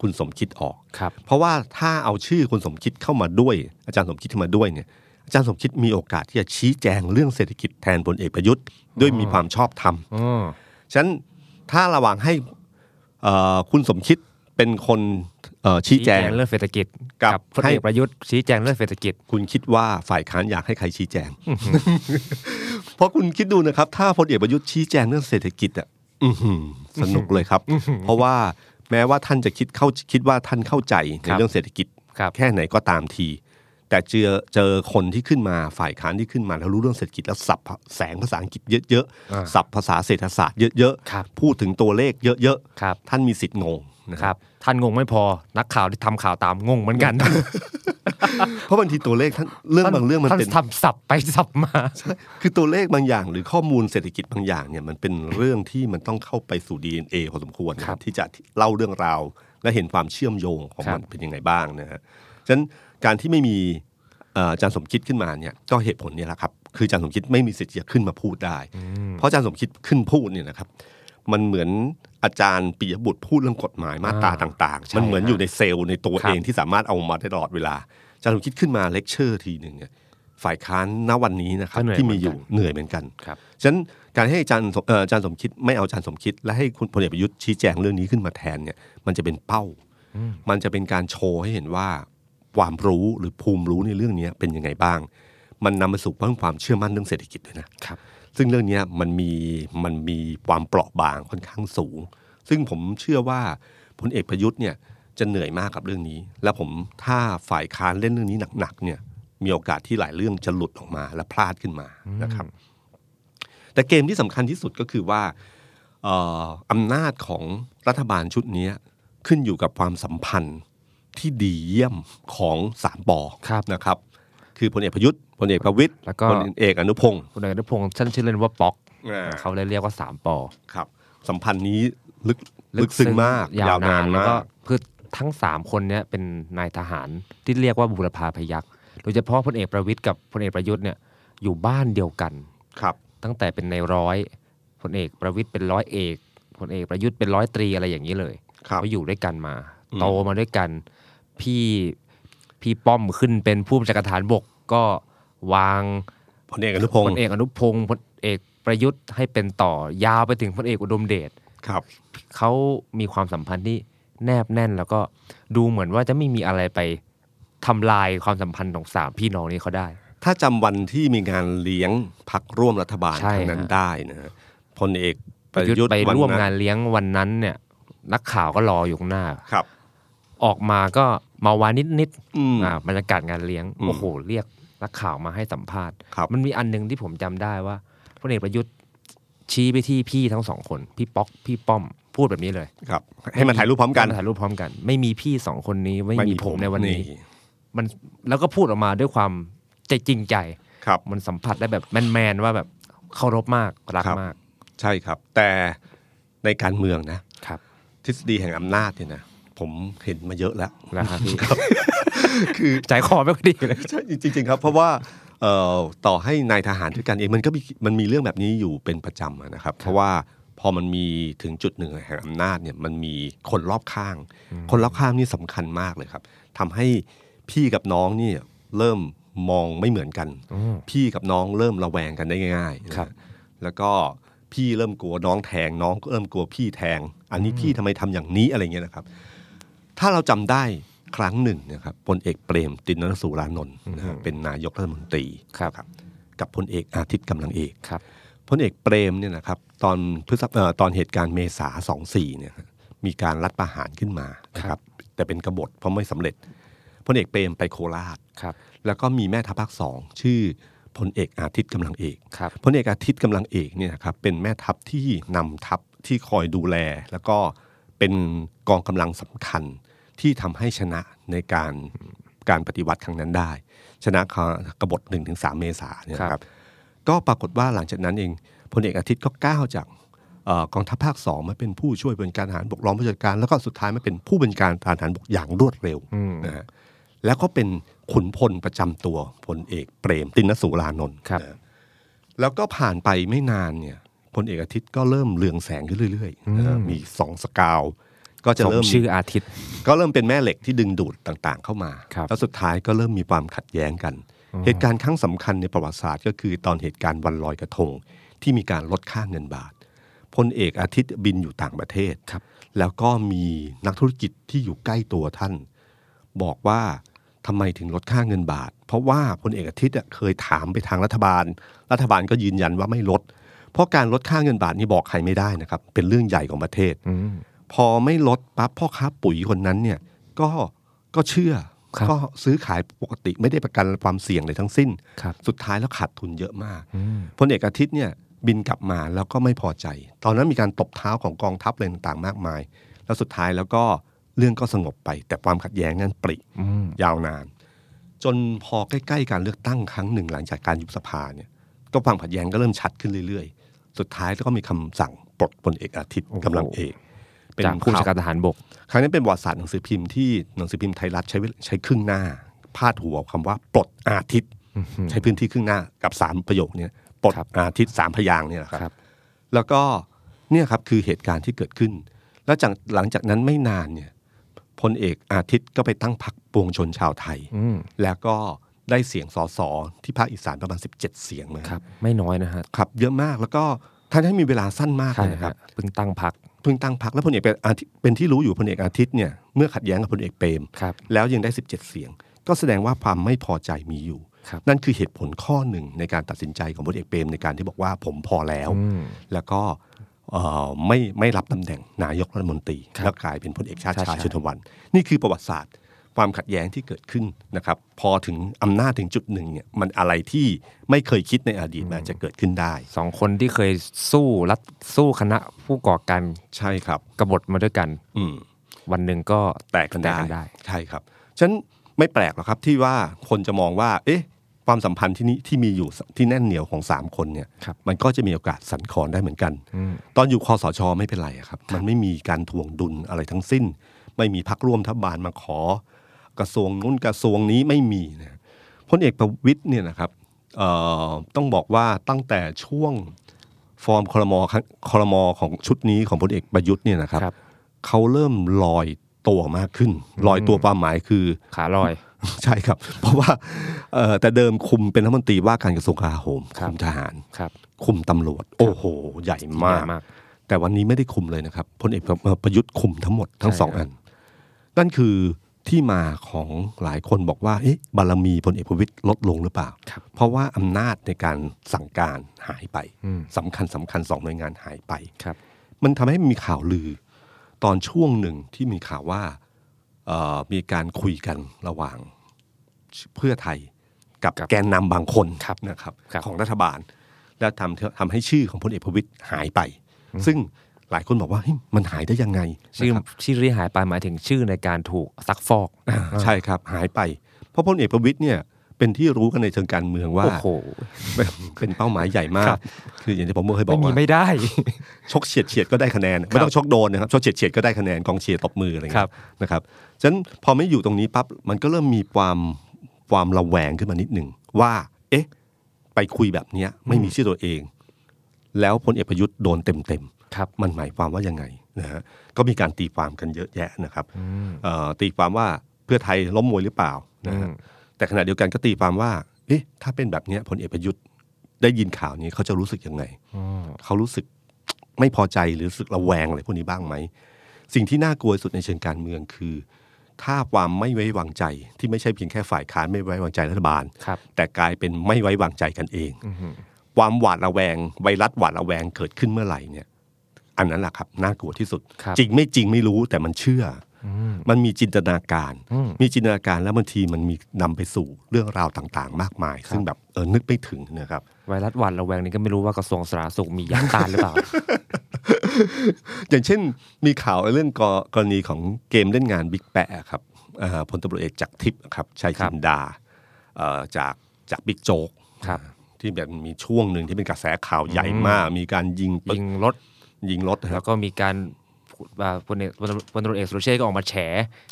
Speaker 2: คุณสมคิดออก
Speaker 3: ครับ
Speaker 2: เพราะว่าถ้าเอาชื่อคุณสมคิดเข้ามาด้วย อาจารย์สมคิดเข้ามาด้วยเนี่ยอาจารย์สมคิดมีโอกาสที่จะชี้แจงเรื่องเศรษฐกิจแทนพลเอกประยุทธ์ด้วยมีความชอบธรรม
Speaker 3: อ๋อ
Speaker 2: ฉะนันถ้าระหว่างให้ เอ่อคุณสมคิดเป็นคนเอ่อชี้แจง
Speaker 3: เรื่องเศรษฐกิจ
Speaker 2: กับ
Speaker 3: พลเอก
Speaker 2: ให้
Speaker 3: ประยุทธ์ชี้แจงเรื่องเศรษฐกิจ
Speaker 2: คุณคิดว่าฝ่ายค้านอยากให้ใครชี้แจง เพราะคุณคิดดูนะครับ ถ้าพลเอกประยุทธ์ชี้แจงเรื่องเศรษฐกิจอ่ะอื้อหือสนุกเลยครับ เพราะว่าแม้ว่าท่านจะคิดเข้าคิดว่าท่านเข้าใจใน
Speaker 3: ครับ
Speaker 2: เรื่องเศรษฐกิจ
Speaker 3: ครับ
Speaker 2: แค่ไหนก็ตามที แต่เจอเจอคนที่ขึ้นมาฝ่ายค้านที่ขึ้นมาแล้วรู้เรื่องเศรษฐกิจแล้วสับแสงภาษาอังกฤษเยอะ
Speaker 3: อ่า
Speaker 2: ๆสับภาษาเศรษฐศาสตร์เยอะ
Speaker 3: ครับ
Speaker 2: พูดถึงตัวเลขเยอะ
Speaker 3: ครับ
Speaker 2: ๆท่านมีสิทธิ์งง นะ
Speaker 3: ค
Speaker 2: ค
Speaker 3: รั
Speaker 2: รับบ
Speaker 3: ท่านงงไม่พอ นักข่าวที่ทำข่าวตามงงเหมือนกัน
Speaker 2: เพราะบางทีตัวเลขท่านเรื่องบางเรื่องมัน
Speaker 3: ท่าน
Speaker 2: เป็น
Speaker 3: ทำสับไปสับมา
Speaker 2: คือตัวเลขบางอย่างหรือข้อมูลเศรษฐกิจบางอย่างเนี่ยมันเป็นเรื่องที่มันต้องเข้าไปสู่ DNA พอสมควรนะครับที่จะเล่าเรื่องราว และเห็นความเชื่อมโยงของมัน
Speaker 3: ครับ
Speaker 2: เป็นยังไงบ้างนะฮะฉะนั้นการที่ไม่มีเอ่ออาจารย์สมคิดขึ้นมาเนี่ยก็เหตุผลเนี่ยแหละครับ คืออาจารย์สมคิดไม่มีสิทธิ์จะขึ้นมาพูดได้ เพราะอาจารย์สมคิดขึ้นพูดเนี่ยนะครับ มันเหมือนอาจารย์ปิยบุตรพูดเรื่องกฎหมายมาตรา
Speaker 3: อ่า
Speaker 2: ต่าง
Speaker 3: ใช่
Speaker 2: ๆ มันเหมือน
Speaker 3: ฮะ
Speaker 2: อยู่ในเซลล์ในตัว
Speaker 3: ครั
Speaker 2: เอบ งที่สามารถเอามาได้ตลอดเวลาอาจารย์สมคิดขึ้นมาเลคเชอร์ทีหนึ่งเนี่ยฝ่ายค้านณวันนี้นะครับ
Speaker 3: ก็เหนื่อย
Speaker 2: ที่
Speaker 3: เหมื
Speaker 2: มี
Speaker 3: อน
Speaker 2: อยู่
Speaker 3: กัน
Speaker 2: เหนื่อยเหมือนกัน
Speaker 3: ครับ
Speaker 2: ฉะนั้นการให้อาจารย์สมเอ่ออาจารย์สมคิดไม่เอาอาจารย์สมคิด และให้คุณพลเอกประยุทธ์ชี้แจงเรื่องนี้ขึ้นมาแทนเนี่ยมันจะเป็นเป้า
Speaker 3: อืม
Speaker 2: มันจะเป็นการโชว์ให้เห็นว่าความรู้หรือภูมิรู้ในเรื่องนี้เป็นยังไงบ้าง มันนำมาสู่เรื่องความเชื่อมั่นเรื่องเศรษฐกิจด้วยนะ
Speaker 3: ครับ
Speaker 2: ซึ่งเรื่องเนี้ยมันมีมันมีความเปราะบางค่อนข้างสูง ซึ่งผมเชื่อว่าพลเอกประยุทธ์เนี่ยจะเหนื่อยมากกับเรื่องนี้ และผมถ้าฝ่ายค้านเล่นเรื่องนี้หนักๆเนี่ยมีโอกาสที่หลายเรื่องจะหลุดออกมาและพลาดขึ้นมานะครับ แต่เกมที่สำคัญที่สุดก็คือว่าเอ่ออำนาจของรัฐบาลชุดเนี้ยขึ้นอยู่กับความสัมพันธ์ที่ดีเยี่ยมของสามปอ
Speaker 3: ครับ
Speaker 2: นะครับ คือพลเอกประยุทธ์พลเอกประวิตย
Speaker 3: แล้วก็
Speaker 2: พลเอกอนุพงศ์
Speaker 3: คุณอนุพงศ์ท่านชื่อเล่นว่าป๊อก
Speaker 2: อ่า
Speaker 3: เขาเลยเรียกว่าสามปอ
Speaker 2: ครับสัมพันธ์นี้ลึกลึกซึ้งมาก
Speaker 3: ยาวย
Speaker 2: าวนาน
Speaker 3: าน
Speaker 2: น
Speaker 3: แล้ว
Speaker 2: มา
Speaker 3: ก็
Speaker 2: ก
Speaker 3: คือทั้งสามคนเนี้ยเป็นนายทหารที่เรียกว่าบุรพาพยัคฆ์โดยเฉพาะพลเอกประวิตยกับพลเอกประยุทธ์เนี่ยอยู่บ้านเดียวกัน
Speaker 2: ครับ
Speaker 3: ตั้งแต่เป็นในร้อยพลเอกประวิตยเป็นร้อยเอกพลเอกประยุทธ์เป็นร้อยตรีอะไรอย่างนี้เลย
Speaker 2: ครับ
Speaker 3: เขาอยู่ด้วยกันมา
Speaker 2: อืม
Speaker 3: โตมาด้วยกัน พี่พี่ป้อมขึ้นเป็นผู้บัญชาการทหารบกก็วาง
Speaker 2: พลเอกอนุพง
Speaker 3: พ
Speaker 2: ศ์
Speaker 3: ลเอกอนุพงศ์พลเอกประยุทธ์ให้เป็นต่อยาวไปถึงพลเอกอุดมเดช
Speaker 2: ครับ
Speaker 3: เขามีความสัมพันธ์ที่แนบแน่น แล้วก็ดูเหมือนว่าจะไม่มีอะไรไปทำลายความสัมพันธ์ของสามพี่น้องนี้เขาได้
Speaker 2: ถ้าจำวันที่มีงานเลี้ยงพักร่วมรัฐบาล
Speaker 3: ใช่
Speaker 2: ครั้งนั้น
Speaker 3: ฮะ
Speaker 2: ได้นะฮะพลเอกป
Speaker 3: ประ
Speaker 2: ระ
Speaker 3: ยุท
Speaker 2: ยุท
Speaker 3: ธ์
Speaker 2: ธ์
Speaker 3: ไปร่วม
Speaker 2: ะ
Speaker 3: งานเลี้ยงวันนั้นเนี่ยนักข่าวก็รออยู่ข้างหน้า
Speaker 2: ครับ
Speaker 3: ออกมาก็มาวานิดนิดๆ
Speaker 2: อืม
Speaker 3: อ่าบรรยากาศงานเลี้ยง
Speaker 2: อืม
Speaker 3: โอ้โห เรียกนักข่าวมาให้สัมภาษณ์
Speaker 2: ครับ
Speaker 3: มันมีอันหนึงที่ผมจำได้ว่าพลเอกประยุทธ์ชี้ไปที่พี่ทั้งสองคน พี่ป๊อกพี่ป้อม พูดแบบนี้เลย
Speaker 2: ครับ ให้มาถ่ายรูปพร้อมกัน
Speaker 3: ให้าถ่ายรูปพร้อมกัน ไม่มีพี่สองคนนี้ไม่มีผมในวันนี้ มันแล้วก็พูดออกมาด้วยความใจจริงใจ
Speaker 2: ครับ
Speaker 3: มันสัมผัสได้แบบแมนๆว่าแบบเคารพมากรัก
Speaker 2: ครับ
Speaker 3: มาก
Speaker 2: ใช่ครับ แต่ในการเมืองนะ
Speaker 3: ครับ
Speaker 2: ทฤษฎีแห่งอำนาจเนี่ยนะผมเห็นมาเยอะแล้ว
Speaker 3: แล้ว ครับพี่
Speaker 2: คือ
Speaker 3: ใจคอไม่ค่อยดีเลย
Speaker 2: ใช่จริงๆครับ เพราะว่าเอ่อต่อให้นายทหารด้วยกันเองมันก็มีมันมีเรื่องแบบนี้อยู่เป็นประจำอะนะครับ เพราะว่าพอมันมีถึงจุดหนึ่งแห่งอำนาจเนี่ยมันมีคนรอบข้าง คนรอบข้างนี่สำคัญมากเลยครับทำให้พี่กับน้องเนี่ยเริ่มมองไม่เหมือนกัน
Speaker 3: อืม
Speaker 2: พี่กับน้องเริ่มระแวงกันได้ง่ายๆนะ
Speaker 3: ค
Speaker 2: ค
Speaker 3: รั
Speaker 2: รับบ แล้วก็พี่เริ่มกลัวน้องแทงน้องก็เริ่มกลัวพี่แทง อันนี้พี่ทำไมทำอย่างนี้อะไรเงี้ยนะครับ ถ้าเราจำได้ครั้งหนึ่งนะครับพลเอกเปรมตินนสุรานนท์นะฮะเป็นนายกรัฐมนตรี
Speaker 3: ครับ
Speaker 2: กับพลเอกอาทิตย์กำลังเอก
Speaker 3: ครับ
Speaker 2: พลเอกเปรมเนี่ยนะครับตอนพฤษภเอ่อตอนเหตุการณ์เมษาสองสี่เนี่ยฮะมีการรัฐประหารขึ้นมานะครับแต่เป็นกบฏเพราะไม่สำเร็จพลเอกเปรมไปโคราช
Speaker 3: ครับ
Speaker 2: แล้วก็มีแม่ทัพภาคสองชื่อพลเอกอาทิตย์กำลังเอก
Speaker 3: ครับ
Speaker 2: พลเอกอาทิตย์กำลังเอกเนี่ยนะครับเป็นแม่ทัพที่นำทัพที่คอยดูแล แล้วก็เป็นกองกำลังสำคัญที่ทำให้ชนะในการการปฏิวัติครั้งนั้นได้ ชนะกบฏ1นถึงสเมษาเนี่ยนะค
Speaker 3: ครั
Speaker 2: รับบ ก็ปรากฏว่าหลังจากนั้นเองพลเอกอาทิตย์ก็ก้าวจากเอ่อกองทัพภาคสองมาเป็นผู้ช่วยบริการทหารบกรองผู้จัดการ แล้วก็สุดท้ายมาเป็นผู้บริการทหารบกอย่างรวดเร็วนะฮะแล้วก็เป็นขุนพลประจำตัวพลเอกเปรมตินสุรานนท์
Speaker 3: ครับ
Speaker 2: แล้วก็ผ่านไปไม่นานเนี่ยพลเอกอาทิตย์ก็เริ่มเรืองแสงขึ้นเรื่อยๆนะฮะมีสองสกาว ก็จะ
Speaker 3: สม
Speaker 2: เริ่ม
Speaker 3: ชื่ออาทิตย์
Speaker 2: ก็เริ่มเป็นแม่เหล็กที่ดึงดูดต่างๆ เข้ามา
Speaker 3: ครับ
Speaker 2: แล้วสุดท้ายก็เริ่มมีความขัดแย้งกัน เหตุการณ์ครั้งสำคัญในประวัติศาสตร์ ก็คือตอนเหตุการณ์วันลอยกระทง ที่มีการลดค่าเงินบาท พลเอกอาทิตย์บินอยู่ต่างประเทศ
Speaker 3: ครับ
Speaker 2: แล้วก็มีนักธุรกิจที่อยู่ใกล้ตัวท่าน บอกว่าทำไมถึงลดค่าเงินบาท เพราะว่าพลเอกอาทิตย์อะเคยถามไปทางรัฐบาล รัฐบาลก็ยืนยันว่าไม่ลด เพราะการลดค่าเงินบาทนี่บอกใครไม่ได้นะครับ เป็นเรื่องใหญ่ของประเทศ
Speaker 3: อืม
Speaker 2: พอไม่ลดปั๊บพ่อค้าปุ๋ยคนนั้นเนี่ยก็ก็เชื่อ
Speaker 3: ครับ
Speaker 2: ก็ซื้อขายปกติไม่ได้ประกันความเสี่ยงเลยทั้งสิ้น
Speaker 3: ครับ
Speaker 2: สุดท้ายแล้วขาดทุนเยอะมาก
Speaker 3: อืม
Speaker 2: พลเอกอาทิตย์เนี่ยบินกลับมาแล้วก็ไม่พอใจ ตอนนั้นมีการตบเท้าของกองทัพอะไรต่างๆมากมาย แล้วสุดท้ายแล้วก็เรื่องก็สงบไป แต่ความขัดแย้งนั้นปริ
Speaker 3: อืม
Speaker 2: ยาวนาน จนพอใกล้ ๆ การเลือกตั้งครั้งหนึ่งหลังจากการยุบสภาเนี่ยก็ความขัดแย้งก็เริ่มชัดขึ้นเรื่อยๆ สุดท้ายก็มีคำสั่งปลดพลเอกอาทิตย์กำลังเอกเป็น
Speaker 3: จากผู้บัญ
Speaker 2: ข่าว
Speaker 3: ชาการทหารบก
Speaker 2: ครั้งนี้นเป็นประวัติศาสตร์หนังสือพิมพ์ที่หนังสือพิมพ์ไทยรัฐใช้เวลใช้ครึ่งหน้า พาดหัวคำว่า ปลดอาทิตย์ ใช้พื้นที่ครึ่งหน้ากับสามประโยคเนี่ยปลด
Speaker 3: ครับ
Speaker 2: อาทิตย์สามพยางค์เนี่ยแหละค
Speaker 3: ครั
Speaker 2: รับ
Speaker 3: บ
Speaker 2: แล้วก็เนี่ยครับคือเหตุการณ์ที่เกิดขึ้น แล้วจากหลังจากนั้นไม่นานเนี่ยพลเอกอาทิตย์ก็ไปตั้งพรรคปวงชนชาวไทย
Speaker 3: อืม
Speaker 2: แล้วก็ได้เสียงสอสอที่ภาคอีสานประมาณ 17 เสียงนะครับ
Speaker 3: ไม่น้อยนะฮะ
Speaker 2: ครับเยอะมากแล้วก็ท่านให้มีเวลาสั้นมาก
Speaker 3: ใช่
Speaker 2: เลยนะค
Speaker 3: ฮะ
Speaker 2: รับ
Speaker 3: เพิ่งตั้งพัก
Speaker 2: เพิ่งตั้งพรรคแล้วพลเอกเป็นอาทิตย์เป็นที่รู้อยู่พลเอกอาทิตย์เนี่ยเมื่อขัดแย้งกับพลเอกเปรม
Speaker 3: ครับ
Speaker 2: แล้วยังได้ 17 เสียง ก็แสดงว่าความไม่พอใจมีอยู่
Speaker 3: ครับ
Speaker 2: นั่นคือเหตุผลข้อหนึ่งในการตัดสินใจของพลเอกเปรมในการที่บอกว่าผมพอแล้ว
Speaker 3: อืม
Speaker 2: แล้วก็เอ่อไม่ไม่รับตำแหน่งนายกรัฐมนตรี
Speaker 3: ครับ
Speaker 2: แล้วกลายเป็นพลเอกชาติชาย
Speaker 3: ชาติชาย
Speaker 2: ชุนวัน นี่คือประวัติศาสตร์ ความขัดแย้งที่เกิดขึ้นนะครับ พอถึงอำนาจถึงจุดหนึ่งเนี่ยมันอะไรที่ไม่เคยคิดในอดีตมันอาจจะเกิดขึ้นได้
Speaker 3: สองคนที่เคยสู้รัฐสู้คณะผู้ก่อการ
Speaker 2: ใช่ครับ
Speaker 3: กบฏมาด้วยกัน
Speaker 2: อืม
Speaker 3: วันหนึ่งก็
Speaker 2: แตกกันได้
Speaker 3: ได้
Speaker 2: ใช่ครับฉะนันไม่แปลกหรอกครับที่ว่าคนจะมองว่า เอ๊ะ ความสัมพันธ์ที่นี้ที่มีอยู่ที่แน่นเหนียวของ 3 คนเนี่ย
Speaker 3: ครับ
Speaker 2: มันก็จะมีโอกาสสั่นคลอนได้เหมือนกัน ตอนอยู่คอสชไม่เป็นไรอะครับ มันไม่มีการทวงดุลอะไรทั้งสิ้น ไม่มีพักร่วมทัฐบาลมาขอ กระทรวงนู้นกระทรวงนี้ไม่มีนะพลเอกประวิตยเนี่ยนะครับเอ่อต้องบอกว่าตั้งแต่ช่วงฟอร์มครมครั้งครมของชุดนี้ของพลเอกประยุทธ์เนี่ยนะครับ
Speaker 3: ครับ
Speaker 2: เขาเริ่มลอยตัวมากขึ้น ลอยตัวความหมายคือ
Speaker 3: ขาลอย
Speaker 2: ใช่ครับ เพราะว่าเอ่อแต่เดิมคุมเป็นรัฐมนตรีว่าการกระทรวงกลาโหม
Speaker 3: ครับ
Speaker 2: คุมทหาร
Speaker 3: ครับ
Speaker 2: คุมตำรวจ โอ้โห ใหญ่มาก
Speaker 3: ใหญ่มาก
Speaker 2: แต่วันนี้ไม่ได้คุมเลยนะครับพลเอกประยุทธ์คุมทั้งหมดทั้ง
Speaker 3: ใช่
Speaker 2: สอง
Speaker 3: ครั
Speaker 2: อั
Speaker 3: บ
Speaker 2: น นั่นคือที่มาของหลายคนบอกว่าเอ๊ะบารมีพลเอกประวิตยลดลงหรือเปล่า
Speaker 3: ครับ
Speaker 2: เพราะว่าอำนาจในการสั่งการหายไป
Speaker 3: อืม
Speaker 2: สำคัญสำคัญสองหน่วยงานหายไป
Speaker 3: ครับ
Speaker 2: มันทำให้มีข่าวลือ ตอนช่วงหนึ่งที่มีข่าวว่าเอ่อมีการคุยกันระหว่างเพื่อไทยกับ
Speaker 3: ครับ
Speaker 2: แกนนำบางคน
Speaker 3: ครับ
Speaker 2: นะครับ
Speaker 3: ครับ
Speaker 2: ของรัฐบาล แล้วทำทำให้ชื่อของพลเอกประวิตยหายไป ซึ่งหลายคนบอกว่าเฮ้ยมันหายได้ยังไง
Speaker 3: ชื่อ
Speaker 2: นะครับ
Speaker 3: ชื่อที่หายไปหมายถึงชื่อในการถูกซักฟอก
Speaker 2: อ่าใช่ครับหายไป เพราะพลเอกประวิตยเนี่ยเป็นที่รู้กันในเชิงการเมืองว่า
Speaker 3: โอ้โห
Speaker 2: เป็นเป็นเป้าหมายใหญ่มา
Speaker 3: ครั
Speaker 2: ก
Speaker 3: บ
Speaker 2: คืออย่างที่ผมเคยบอ
Speaker 3: ไม่
Speaker 2: ก
Speaker 3: มี
Speaker 2: ว่า
Speaker 3: ไม่ได้
Speaker 2: ชกเฉียดเฉียดก็ได้คะแนนไม่ต้องชกโดนนะครับชกเฉียดเฉียดก็ได้คะแนนกองเชียร์ตบมืออะไร
Speaker 3: ครั
Speaker 2: เงี้
Speaker 3: บ
Speaker 2: ยนะครับฉะนั้นพอไม่อยู่ตรงนี้ปั๊บมันก็เริ่มมีความความระแวงขึ้นมานิดหนึ่งว่า เอ๊ะ ไปคุยแบบเนี้ยไม่มีชื่อตัวเอง แล้วพลเอกประยุทธ์โดนเต็มเต็มๆ
Speaker 3: ครับ
Speaker 2: มันหมายความว่ายังไงนะฮะก็มีการตีความกันเยอะแยะนะครับ
Speaker 3: อืม
Speaker 2: เอ่อตีความว่าเพื่อไทยล้มมวยหรือเปล่านะฮะ
Speaker 3: อืม
Speaker 2: แต่ขณะเดียวกันก็ตีความว่าเอ๊ะถ้าเป็นแบบเนี้ยพลเอกประยุทธ์ได้ยินข่าวนี้เขาจะรู้สึกยังไง
Speaker 3: อืม
Speaker 2: เขารู้สึก ไม่พอใจหรือรู้สึกระแวงอะไรพวกนี้บ้างไหม สิ่งที่น่ากลัวที่สุดในเชิงการเมืองคือ ถ้าความไม่ไว้วางใจที่ไม่ใช่เพียงแค่ฝ่ายค้านไม่ไว้วางใจรัฐบาล
Speaker 3: ครับ
Speaker 2: แต่กลายเป็นไม่ไว้วางใจกันเอง
Speaker 3: อืม
Speaker 2: ความหวาดระแวง ไวรัสหวาดระแวงเกิดขึ้นเมื่อไหร่เนี่ย อันนั้นแหละครับน่ากลัวที่สุด
Speaker 3: ครับ
Speaker 2: จริงไม่จริงไม่รู้แต่มันเชื่อ
Speaker 3: อืม
Speaker 2: มันมีจินตนาการ
Speaker 3: อืม
Speaker 2: มีจินตนาการแล้วบางทีมันมีนำไปสู่เรื่องราวต่างๆ มากมาย
Speaker 3: ครับ
Speaker 2: ซึ่งแบบเออนึกไม่ถึงนะครับ
Speaker 3: ไวรัสหวัดระแวงนี่ก็ไม่รู้ว่ากระทรวงสาธารณสุขมียาต้านหรือเปล่า
Speaker 2: อย่างเช่นมีข่าวเรื่องกรกรณีของเกมเล่นงานบิ๊กแปะครับเอ่อพลตำรวจเอกจากรทิพย์ครับชัย
Speaker 3: ครั
Speaker 2: จิ
Speaker 3: บ
Speaker 2: นดาเอ่อจากจากบิ๊กโจ๊ก
Speaker 3: ครับ
Speaker 2: ที่แบบมีช่วงหนึ่งที่เป็นกระแสข่าวใหญ่มาก มีการยิงปืน
Speaker 3: ยิงรถ
Speaker 2: ยิงรถนะค
Speaker 3: แล้
Speaker 2: รั
Speaker 3: ว
Speaker 2: บ
Speaker 3: ก็มีการอ่าพลเอกพลพลตำรวจเอกสุรเชษฐ์ก็ออกมาแฉ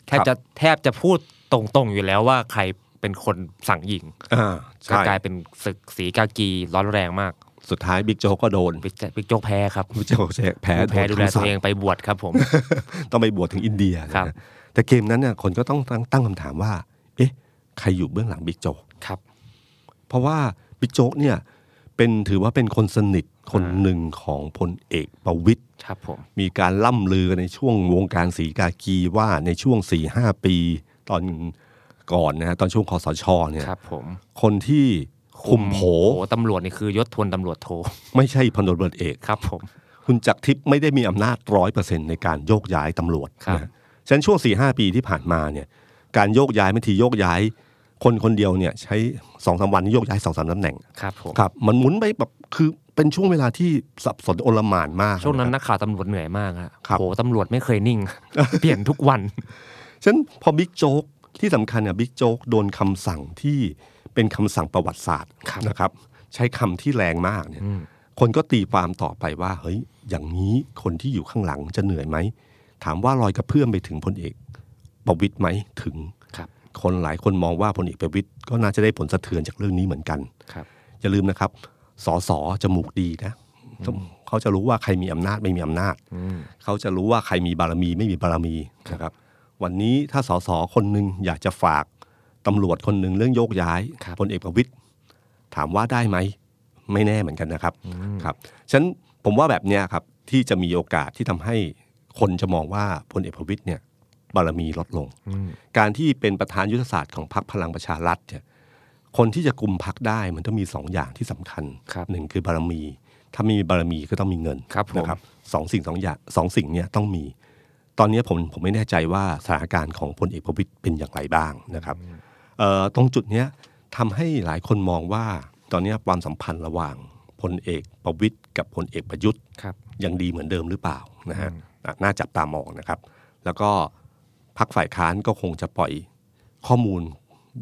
Speaker 3: แทบ
Speaker 2: ครับ
Speaker 3: จะแทบจะพูดตรงๆอยู่แล้วว่าใครเป็นคนสั่งยิง
Speaker 2: อ่า
Speaker 3: ก็
Speaker 2: ใช่
Speaker 3: กลายเป็นศึกสีกากีร้อนแรงมาก
Speaker 2: สุดท้ายบิ๊กโจ๊กก็โดน
Speaker 3: บิ๊กแจ๊บิ๊กโจ๊กแพ้ครับ
Speaker 2: บิ๊กโจ๊กแพ้
Speaker 3: แพ้ดูแลตัวเอง
Speaker 2: โนคำสั่
Speaker 3: ไปบวชครับผม
Speaker 2: ต้องไปบวชถึงอินเดียนะครับ แต่เกมนั้นเนี่ยคนก็ต้องตั้งตั้งคำถามว่า เอ๊ะ ใครอยู่เบื้องหลังบิ๊กโจ๊ก
Speaker 3: ครับ
Speaker 2: เพราะว่าบิ๊กโจ๊กเนี่ย เป็นถือว่าเป็นคนสนิทคนหนึ่งของพลเอกประวิตย
Speaker 3: ครับผม
Speaker 2: มีการล่ำลือกันในช่วงวงการสีกากีว่าในช่วง4ีหปี ตอนก่อนนะฮะตอนช่วงคอสชเนี่ย
Speaker 3: ครับผม
Speaker 2: คนที่คุมโผ
Speaker 3: โหตำรวจนี่คือยศทวนตำรวจโท
Speaker 2: ไม่ใช่พลตำรวจเอก
Speaker 3: ครับผม
Speaker 2: คุณจักรทิพย์ไม่ได้มีอำนาจร้อยเปอร์เซ็นในการโยกย้ายตำรวจ
Speaker 3: ครับ
Speaker 2: นะฉะนั้นช่วง4ีหปีที่ผ่านมาเนี่ยการโยกย้ายไม่ทีโยกย้าย คนคนเดียวเนี่ยใช้สองสามวันนี่โยกย้ายสองสามตำแหน่ง
Speaker 3: ครับผม
Speaker 2: ครับมันหมุนไปแบบคือเป็นช่วงเวลาที่สับสนโอลหมานมาก
Speaker 3: ช่วงนั้นนักข่าวตำรวจเหนื่อยมากอะ
Speaker 2: ครับ
Speaker 3: โหตำรวจไม่เคย นิ่ง เปลี่ยนทุกวัน
Speaker 2: ฉะนันพอบิ๊กโจ๊กที่สำคัญเนี่ยบิ๊กโจ๊กโดนคำสั่งที่เป็นคำสั่งประวัติศาสตร์
Speaker 3: ครับ
Speaker 2: นะครับ ใช้คำที่แรงมากเนี่ยคนก็ตีความต่อไปว่าเฮ้ยอย่างนี้คนที่อยู่ข้างหลังจะเหนื่อยไหม ถามว่าลอยกระเพื่อมไปถึงพลเอกประวิตยไหมถึง
Speaker 3: ครับ
Speaker 2: คนหลายคนมองว่าพลเอกประวิตยก็น่าจะได้ผลสะเทือนจากเรื่องนี้เหมือนกัน
Speaker 3: ครับ
Speaker 2: อย่าลืมนะครับสอสอจมูกดีนะเขาจะรู้ว่าใครมีอำนาจไม่มีอำนาจ เขาจะรู้ว่าใครมีบารมีไม่มีบารมีนะครับ วันนี้ถ้าสสคนหนึ่งอยากจะฝากตำรวจคนหนึ่งเรื่องโยกย้าย
Speaker 3: ครับ
Speaker 2: พลเอกประวิตยถามว่าได้ไหม ไม่แน่เหมือนกันนะครับครับฉะนันผมว่าแบบเนี้ยครับที่จะมีโอกาสที่ทำให้คนจะมองว่าพลเอกประวิตยเนี่ยบารมีลดลง การที่เป็นประธานยุทธศาสตร์ของพรรคพลังประชารัฐเนี่ย คนที่จะกลุ่มพักได้มันต้องมีสองอย่างที่สำคัญ
Speaker 3: ครับ
Speaker 2: หนึ่งคือบารมี ถ้าไม่มีบารมีก็ต้องมีเงิน
Speaker 3: ครับผม
Speaker 2: นะครับสองสิ่งสองอย่างสองสิ่งเนี้ยต้องมี ตอนเนี้ยผมผมไม่แน่ใจว่าสถานการณ์ของพลเอกประวิตยเป็นอย่างไรบ้างนะครับเอ่อตรงจุดเนี้ยทำให้หลายคนมองว่า ตอนเนี้ยความสัมพันธ์ระหว่างพลเอกประวิตยกับพลเอกประยุทธ์
Speaker 3: ครับ
Speaker 2: ยังดีเหมือนเดิมหรือเปล่านะฮะอ่ะน่าจับตามองนะครับ แล้วก็พักฝ่ายค้านก็คงจะปล่อยข้อมูล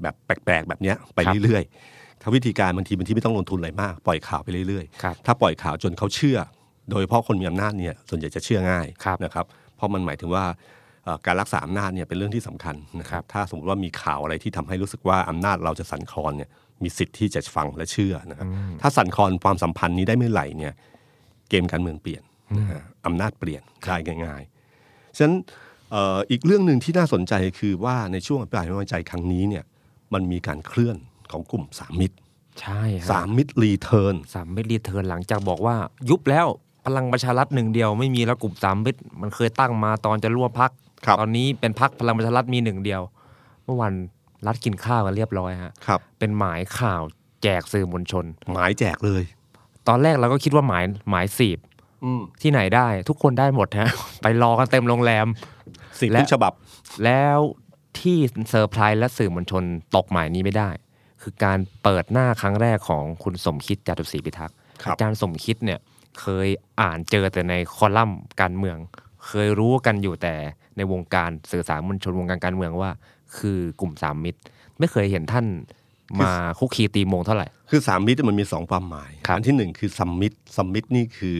Speaker 2: แบบแปลกๆ แบบเนี้ยไป
Speaker 3: ครับ
Speaker 2: เรื่อยๆถ้าวิธีการบางทีบางทีไม่ต้องลงทุนอะไรมาก ปล่อยข่าวไปเรื่อย
Speaker 3: ครับ
Speaker 2: ถ้าปล่อยข่าวจนเขาเชื่อ โดยเฉพาะคนมีอำนาจเนี่ยส่วนใหญ่จะเชื่อง่าย
Speaker 3: ครับ
Speaker 2: นะครับ เพราะมันหมายถึงว่าเอ่อการรักษาอำนาจเนี่ยเป็นเรื่องที่สำคัญนะครับ ถ้าสมมติว่ามีข่าวอะไรที่ทำให้รู้สึกว่าอำนาจเราจะสั่นคลอนเนี่ยมีสิทธิ์ที่จะฟังและเชื่อนะครับ ถ้าสั่นคลอนความสัมพันธ์นี้ได้เมื่อไหร่เนี่ย เกมการเมืองเปลี่ยนนะฮะอำนาจเปลี่ยนคลายง่ายๆ ฉะนั้นเอ่ออีกเรื่องหนึ่งที่น่าสนใจคือว่าในช่วงอภิปรายไม่ไว้วางใจครั้งนี้เนี่ยมันมีการเคลื่อนของกลุ่มสามมิตร
Speaker 3: ใช่ฮะ
Speaker 2: สามมิตรรีเทิร์น
Speaker 3: สามเม็ดรีเทิร์นหลังจากบอกว่า ยุบแล้วพลังประชารัฐหนึ่งเดียวไม่มีแล้วกลุ่มสามเม็ดมันเคยตั้งมาตอนจะร่วมพักตอนนี้เป็นพักพลังประชารัฐมีหนึ่งเดียว เมื่อวันรัฐกินข้าวกันเรียบร้อยฮะ
Speaker 2: ครับ
Speaker 3: เป็นหมายข่าวแจกสื่อมวลชน
Speaker 2: หมายแจกเลย
Speaker 3: ตอนแรกเราก็คิดว่าหมายหมายสีบที่ไหนได้ ทุกคนได้หมดฮะ ไปรอกันเต็มโรงแรม
Speaker 2: สิ่ง
Speaker 3: และ
Speaker 2: ทุกฉบับ
Speaker 3: แล้วที่เซอร์ไพรส์และสื่อมวลชนตกหมายนี้ไม่ได้ คือการเปิดหน้าครั้งแรกของคุณสมคิดจาตุศรีพิทักษ์
Speaker 2: ครับ
Speaker 3: อาจารย์สมคิดเนี่ยเคยอ่านเจอแต่ในคอลัมน์การเมือง เคยรู้กันอยู่แต่ในวงการสื่อสารมวลชนวงการการเมืองว่า คือกลุ่มสามมิตร ไม่เคยเห็นท่านมาคุกคีตีโมงเท่าไหร่
Speaker 2: คือสามมิตรมันมีสองความหมาย
Speaker 3: ครับ
Speaker 2: อัที่หนึ่งคือซัมมิตซัมมิตนี่คือ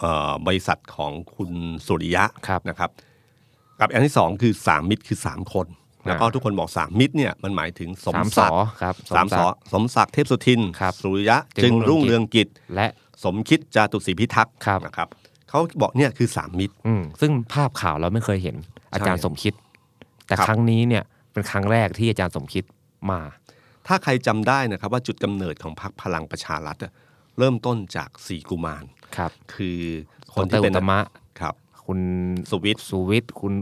Speaker 2: เอ่อบริษัทของคุณสุริยะ
Speaker 3: ครับ
Speaker 2: นะครับ กับอันที่สองคือสามมิตรคือสามคน แล้วก็ทุกคนบอกสามมิตรเนี่ยมันหมายถึงสม
Speaker 3: สามส
Speaker 2: ศั
Speaker 3: อก
Speaker 2: ดิ์
Speaker 3: ครับ
Speaker 2: สามสอ
Speaker 3: ศักดิ์
Speaker 2: สมศักดิ์เทพสุทิน
Speaker 3: ครับ
Speaker 2: สุริยะ
Speaker 3: จึ
Speaker 2: จึ
Speaker 3: ง
Speaker 2: ง
Speaker 3: รุ่
Speaker 2: รุ่
Speaker 3: ง
Speaker 2: ง
Speaker 3: เรื
Speaker 2: เรือ อง งกิ
Speaker 3: กิจ
Speaker 2: จ
Speaker 3: และ
Speaker 2: สมคิดจาตุศรีพิทักษ์
Speaker 3: ครับ
Speaker 2: นะครับเขาบอกเนี่ยคือสามมิตร
Speaker 3: อืมซึ่งภาพข่าวเราไม่เคยเห็นอาจารย์สมคิด แต่
Speaker 2: ครับ
Speaker 3: ครั้งนี้เนี่ยเป็นครั้งแรกที่อาจารย์สมคิดมา
Speaker 2: ถ้าใครจำได้นะครับว่าจุดกำเนิดของพรรคพลังประชารัฐอะเริ่มต้นจากสีกุมาร
Speaker 3: ครับ
Speaker 2: คือค
Speaker 3: คน น
Speaker 2: ที่
Speaker 3: ที่
Speaker 2: เป็
Speaker 3: เป็น นธรรมะ
Speaker 2: ครับ
Speaker 3: คุณ
Speaker 2: สุวิทย์
Speaker 3: สุวิทย์คุณ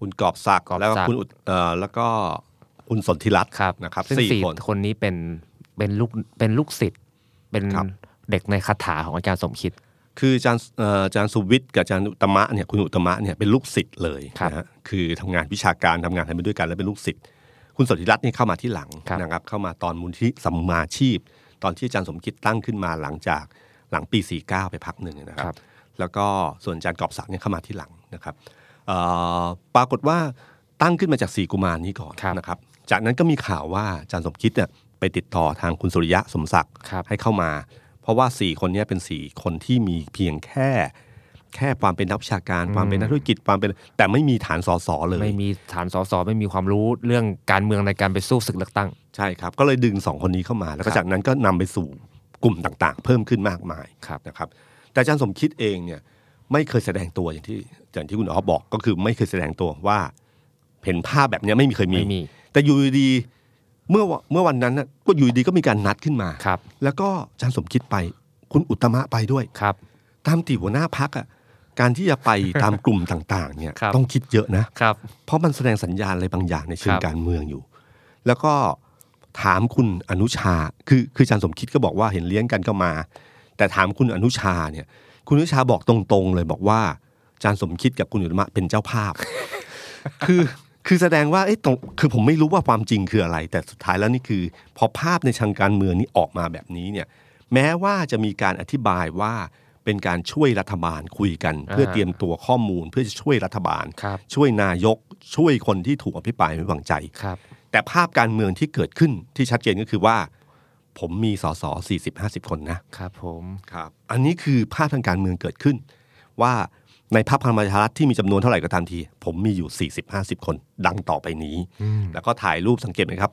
Speaker 2: คุณกอบศักดิ์
Speaker 3: กอบศักดิ์
Speaker 2: แล้วก็คุณอุดเอ่อแล้วก็คุณสนธิรัตน์
Speaker 3: ครับ
Speaker 2: นะครับ
Speaker 3: ซึ่ง
Speaker 2: สี่
Speaker 3: สี่
Speaker 2: คน
Speaker 3: คนนี้เป็นเป็นลูกเป็นลูกศิษย์เป็น
Speaker 2: ครับ
Speaker 3: เด็กในคาถาของอาจารย์สมคิด
Speaker 2: คืออาจารย์เอ่ออาจารย์สุวิทย์กับอาจารย์อุตมะเนี่ยคุณอุตมะเนี่ยเป็นลูกศิษย์เลย
Speaker 3: ครับ
Speaker 2: นะฮะคือทำงานวิชาการทำงานอะไรไปด้วยกันแล้วเป็นลูกศิษย์คุณสนธิรัตน์นี่เข้ามาที่หลัง
Speaker 3: ครับ
Speaker 2: นะครับเข้ามาตอนมูลที่สัมมาชีพ ตอนที่อาจารย์สมคิดตั้งขึ้นมาหลังจากหลังปี 49 ไปพักหนึ่งนะค
Speaker 3: ครั
Speaker 2: รับ
Speaker 3: บ
Speaker 2: แล้วก็ส่วนอาจารย์กอบศักดิ์เนี่ยเข้ามาที่หลังนะครับเอ่อปรากฏว่าตั้งขึ้นมาจากสีกุมารนี้ก่อน
Speaker 3: ครับ
Speaker 2: นะครับ จากนั้นก็มีข่าวว่าอาจารย์สมคิดเนี่ยไปติดต่อทางคุณสุริยะสมศักดิ์
Speaker 3: ครับ
Speaker 2: ให้เข้ามา เพราะว่า 4 คนเนี้เป็น 4 คนที่มีเพียงแค่ แค่ความเป็นนักวิชาการ ความเป็นนักธุรกิจความเป็น แต่ไม่มีฐานสอสอเลย
Speaker 3: ไม่มีฐานสสไม่มีความรู้เรื่องการเมืองในการไปสู้ศึกเลือกตั้ง
Speaker 2: ใช่ครับ ก็เลยดึง 2 คนนี้เข้ามา แล้วก็
Speaker 3: ครับ
Speaker 2: จากนั้นก็นำไปสู่กลุ่มต่างๆ เพิ่มขึ้นมากมาย
Speaker 3: ครับ
Speaker 2: นะครับแต่อาจารย์สมคิดเองเนี่ยไม่เคยแสดงตัวอย่างที่อย่างที่คุณอ๋อฟบอกก็คือไม่เคยแสดงตัวว่า เห็นภาพแบบเนี้ยไม่มีเคยมี
Speaker 3: ไม่มี
Speaker 2: แต่อยู่ดี เมื่อวะเมื่อวันนั้นน่ะก็อยู่ดีก็มีการนัดขึ้นมา
Speaker 3: ครับ
Speaker 2: แล้วก็อาจารย์สมคิดไป คุณอุตตมะไปด้วย
Speaker 3: ครับ
Speaker 2: ตามติหัวหน้าพักอ่ะการที่จะไป ตามกลุ่มต่างๆเนี่ย
Speaker 3: ครับ
Speaker 2: ต้องคิดเยอะนะ
Speaker 3: ครับ
Speaker 2: เพราะมันแสดงสัญญาณอะไรบางอย่างในเชิ
Speaker 3: ค
Speaker 2: ง
Speaker 3: รับ
Speaker 2: การเมืองอยู่ แล้วก็ถามคุณอนุชา คือคืออาจารย์สมคิดก็บอกว่าเห็นเลี้ยงกันก็มา แต่ถามคุณอนุชาเนี่ย คุณอนุชาบอกตรงๆเลยบอกว่าอาจารย์สมคิดกับคุณอุตตมะเป็นเจ้าภาพ คือคือแสดงว่าเอ้ตรงคือผมไม่รู้ว่าความจริงคืออะไร แต่สุดท้ายแล้วนี่คือ พอภาพในเชิงการเมืองนี้ออกมาแบบนี้เนี่ย แม้ว่าจะมีการอธิบายว่าเป็นการช่วยรัฐบาลคุยกัน เพื่อ
Speaker 3: อ่า
Speaker 2: เตรียมตัวข้อมูลเพื่อจะช่วยรัฐบาล
Speaker 3: ครับ
Speaker 2: ช่วยนายกช่วยคนที่ถูกอภิปรายไม่วางใจ
Speaker 3: ครับ
Speaker 2: แต่ภาพการเมืองที่เกิดขึ้นที่ชัดเจนก็คือว่า ผมมีสสสี่สิบห้าสิบคนนะครับ
Speaker 3: ผม
Speaker 2: ครับ อันนี้คือภาพทางการเมืองเกิดขึ้น ว่าในพรรคพลังประชารัฐที่มีจำนวนเท่าไหร่ก็ตามที ผมมีอยู่ 40 50 คนดังต่อไปนี้ แล้วก็ถ่ายรูปสังเกตไหมครับ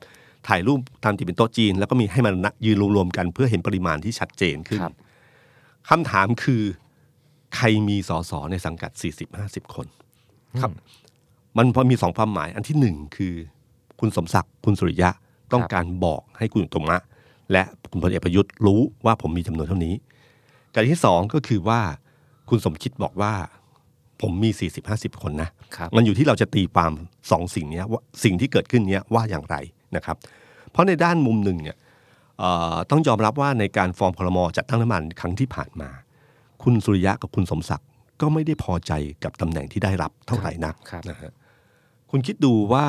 Speaker 2: ถ่ายรูปทำที่เป็นโต๊ะจีน แล้วก็มีให้มันยืนรวมๆกันเพื่อเห็นปริมาณที่ชัดเจนขึ้น
Speaker 3: ครับ
Speaker 2: คำถามคือ ใครมีสสในสังกัด 40-50 คน ครับ มันพอมีสองความหมายอันที่หนึ่งคือ คุณสมศักดิ์คุณสุริยะต้องการบอกให้คุณอุตมะ และคุณพลเอกประยุทธ์รู้ว่าผมมีจำนวนเท่านี้กับอันที่สองก็คือว่า คุณสมคิดบอกว่า ผมมี 4 0 50 คนนะ
Speaker 3: ครับ
Speaker 2: มันอยู่ที่เราจะตีความสองสิ่งเนี้ยว่าสิ่งที่เกิดขึ้นเนี้ยว่าอย่างไรนะครับ เพราะในด้านมุมหนึ่งเนี่ยเอ่อต้องยอมรับว่าในการฟอร์มคลมจัดตั้งรัฐบาลครั้งที่ผ่านมา คุณสุริยะกับคุณสมศักดิ์ก็ไม่ได้พอใจกับตำแหน่งที่ได้รับเท่าไหร่นัก
Speaker 3: ครับ
Speaker 2: นะฮะคุณคิดดูว่า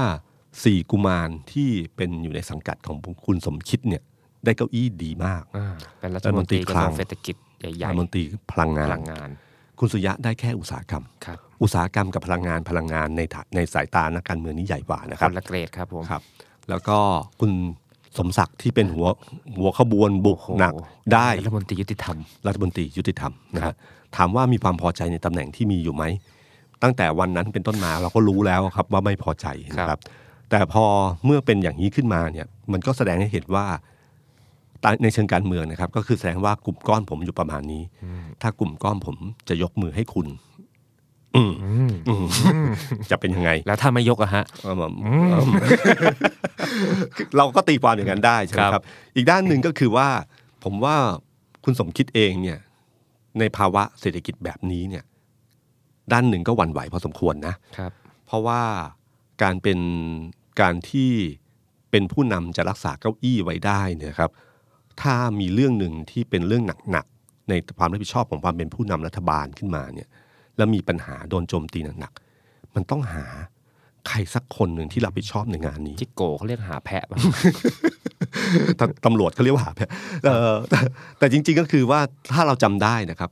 Speaker 2: สี่กุมารที่เป็นอยู่ในสังกัดของคุณสมคิดเนี่ยได้เก้าอี้ดีมาก
Speaker 3: อ่าเป็นรัฐมนต
Speaker 2: รัฐมนต
Speaker 3: รี
Speaker 2: รี
Speaker 3: ก
Speaker 2: ค
Speaker 3: ระ
Speaker 2: ลั
Speaker 3: ทรง วงเศรษฐกิจใหญ่
Speaker 2: รัฐมนตรีพลังงา
Speaker 3: ๆพ
Speaker 2: น
Speaker 3: ลังงาน
Speaker 2: คุณสุริยะได้แค่อุตสาหกรรม
Speaker 3: ครับ
Speaker 2: อุตสาหกรรมกับพลังงานพลังงานในฐาในสายตานักการเมืองนี่ใหญ่กว่านะ
Speaker 3: ค
Speaker 2: ครั
Speaker 3: น
Speaker 2: บ
Speaker 3: ละเกรดครับผม
Speaker 2: ครับแล้วก็คุณสมศักดิ์ที่เป็นหัวหัวขบวนบุก
Speaker 3: โอ้โ
Speaker 2: หนักได้
Speaker 3: รัฐมนตรียุติธรรม
Speaker 2: รัฐมนตรียุติธรรมนะ
Speaker 3: ค
Speaker 2: ค
Speaker 3: รั
Speaker 2: รับ บถามว่ามีความพอใจในตำแหน่งที่มีอยู่ไหม ตั้งแต่วันนั้นเป็นต้นมาเราก็รู้แล้วครับว่าไม่พอใจนะครับ แต่พอเมื่อเป็นอย่างนี้ขึ้นมาเนี่ยมันก็แสดงให้เห็นว่าตาในเชิงการเมืองนะครับ ก็คือแสดงว่ากลุ่มก้อนผมอยู่ประมาณนี้ ถ้ากลุ่มก้อนผมจะยกมือให้คุณ
Speaker 3: อืม
Speaker 2: อืมจะเป็นยังไง
Speaker 3: แล้วถ้าไม่ยกอะฮะ
Speaker 2: เอิ่มเอิ่มเราก็ตีความอย่างนั้นได้ใช่ไหมค
Speaker 3: ครั
Speaker 2: รับ บ อีกด้านหนึ่งก็คือว่า ผมว่าคุณสมคิดเองเนี่ย ในภาวะเศรษฐกิจแบบนี้เนี่ย ด้านหนึ่งก็หวั่นไหวพอสมควรนะ
Speaker 3: ครับ
Speaker 2: เพราะว่าการเป็นการที่เป็นผู้นำจะรักษาเก้าอี้ไว้ได้เนี่ยครับ ถ้ามีเรื่องหนึ่งที่เป็นเรื่องหนักๆในความรับผิดชอบของความเป็นผู้นำรัฐบาลขึ้นมาเนี่ย แล้วมีปัญหาโดนโจมตีหนักๆมันต้องหาใครสักคนหนึ่งที่รับผิดชอบในงาน นี้
Speaker 3: จิโกเขาเรียกหาแพะป่ะ
Speaker 2: ตำตำรวจเขาเรียกว่าหาแพะเอ่ อแต่แต่จริงๆก็คือว่าถ้าเราจำได้นะครับ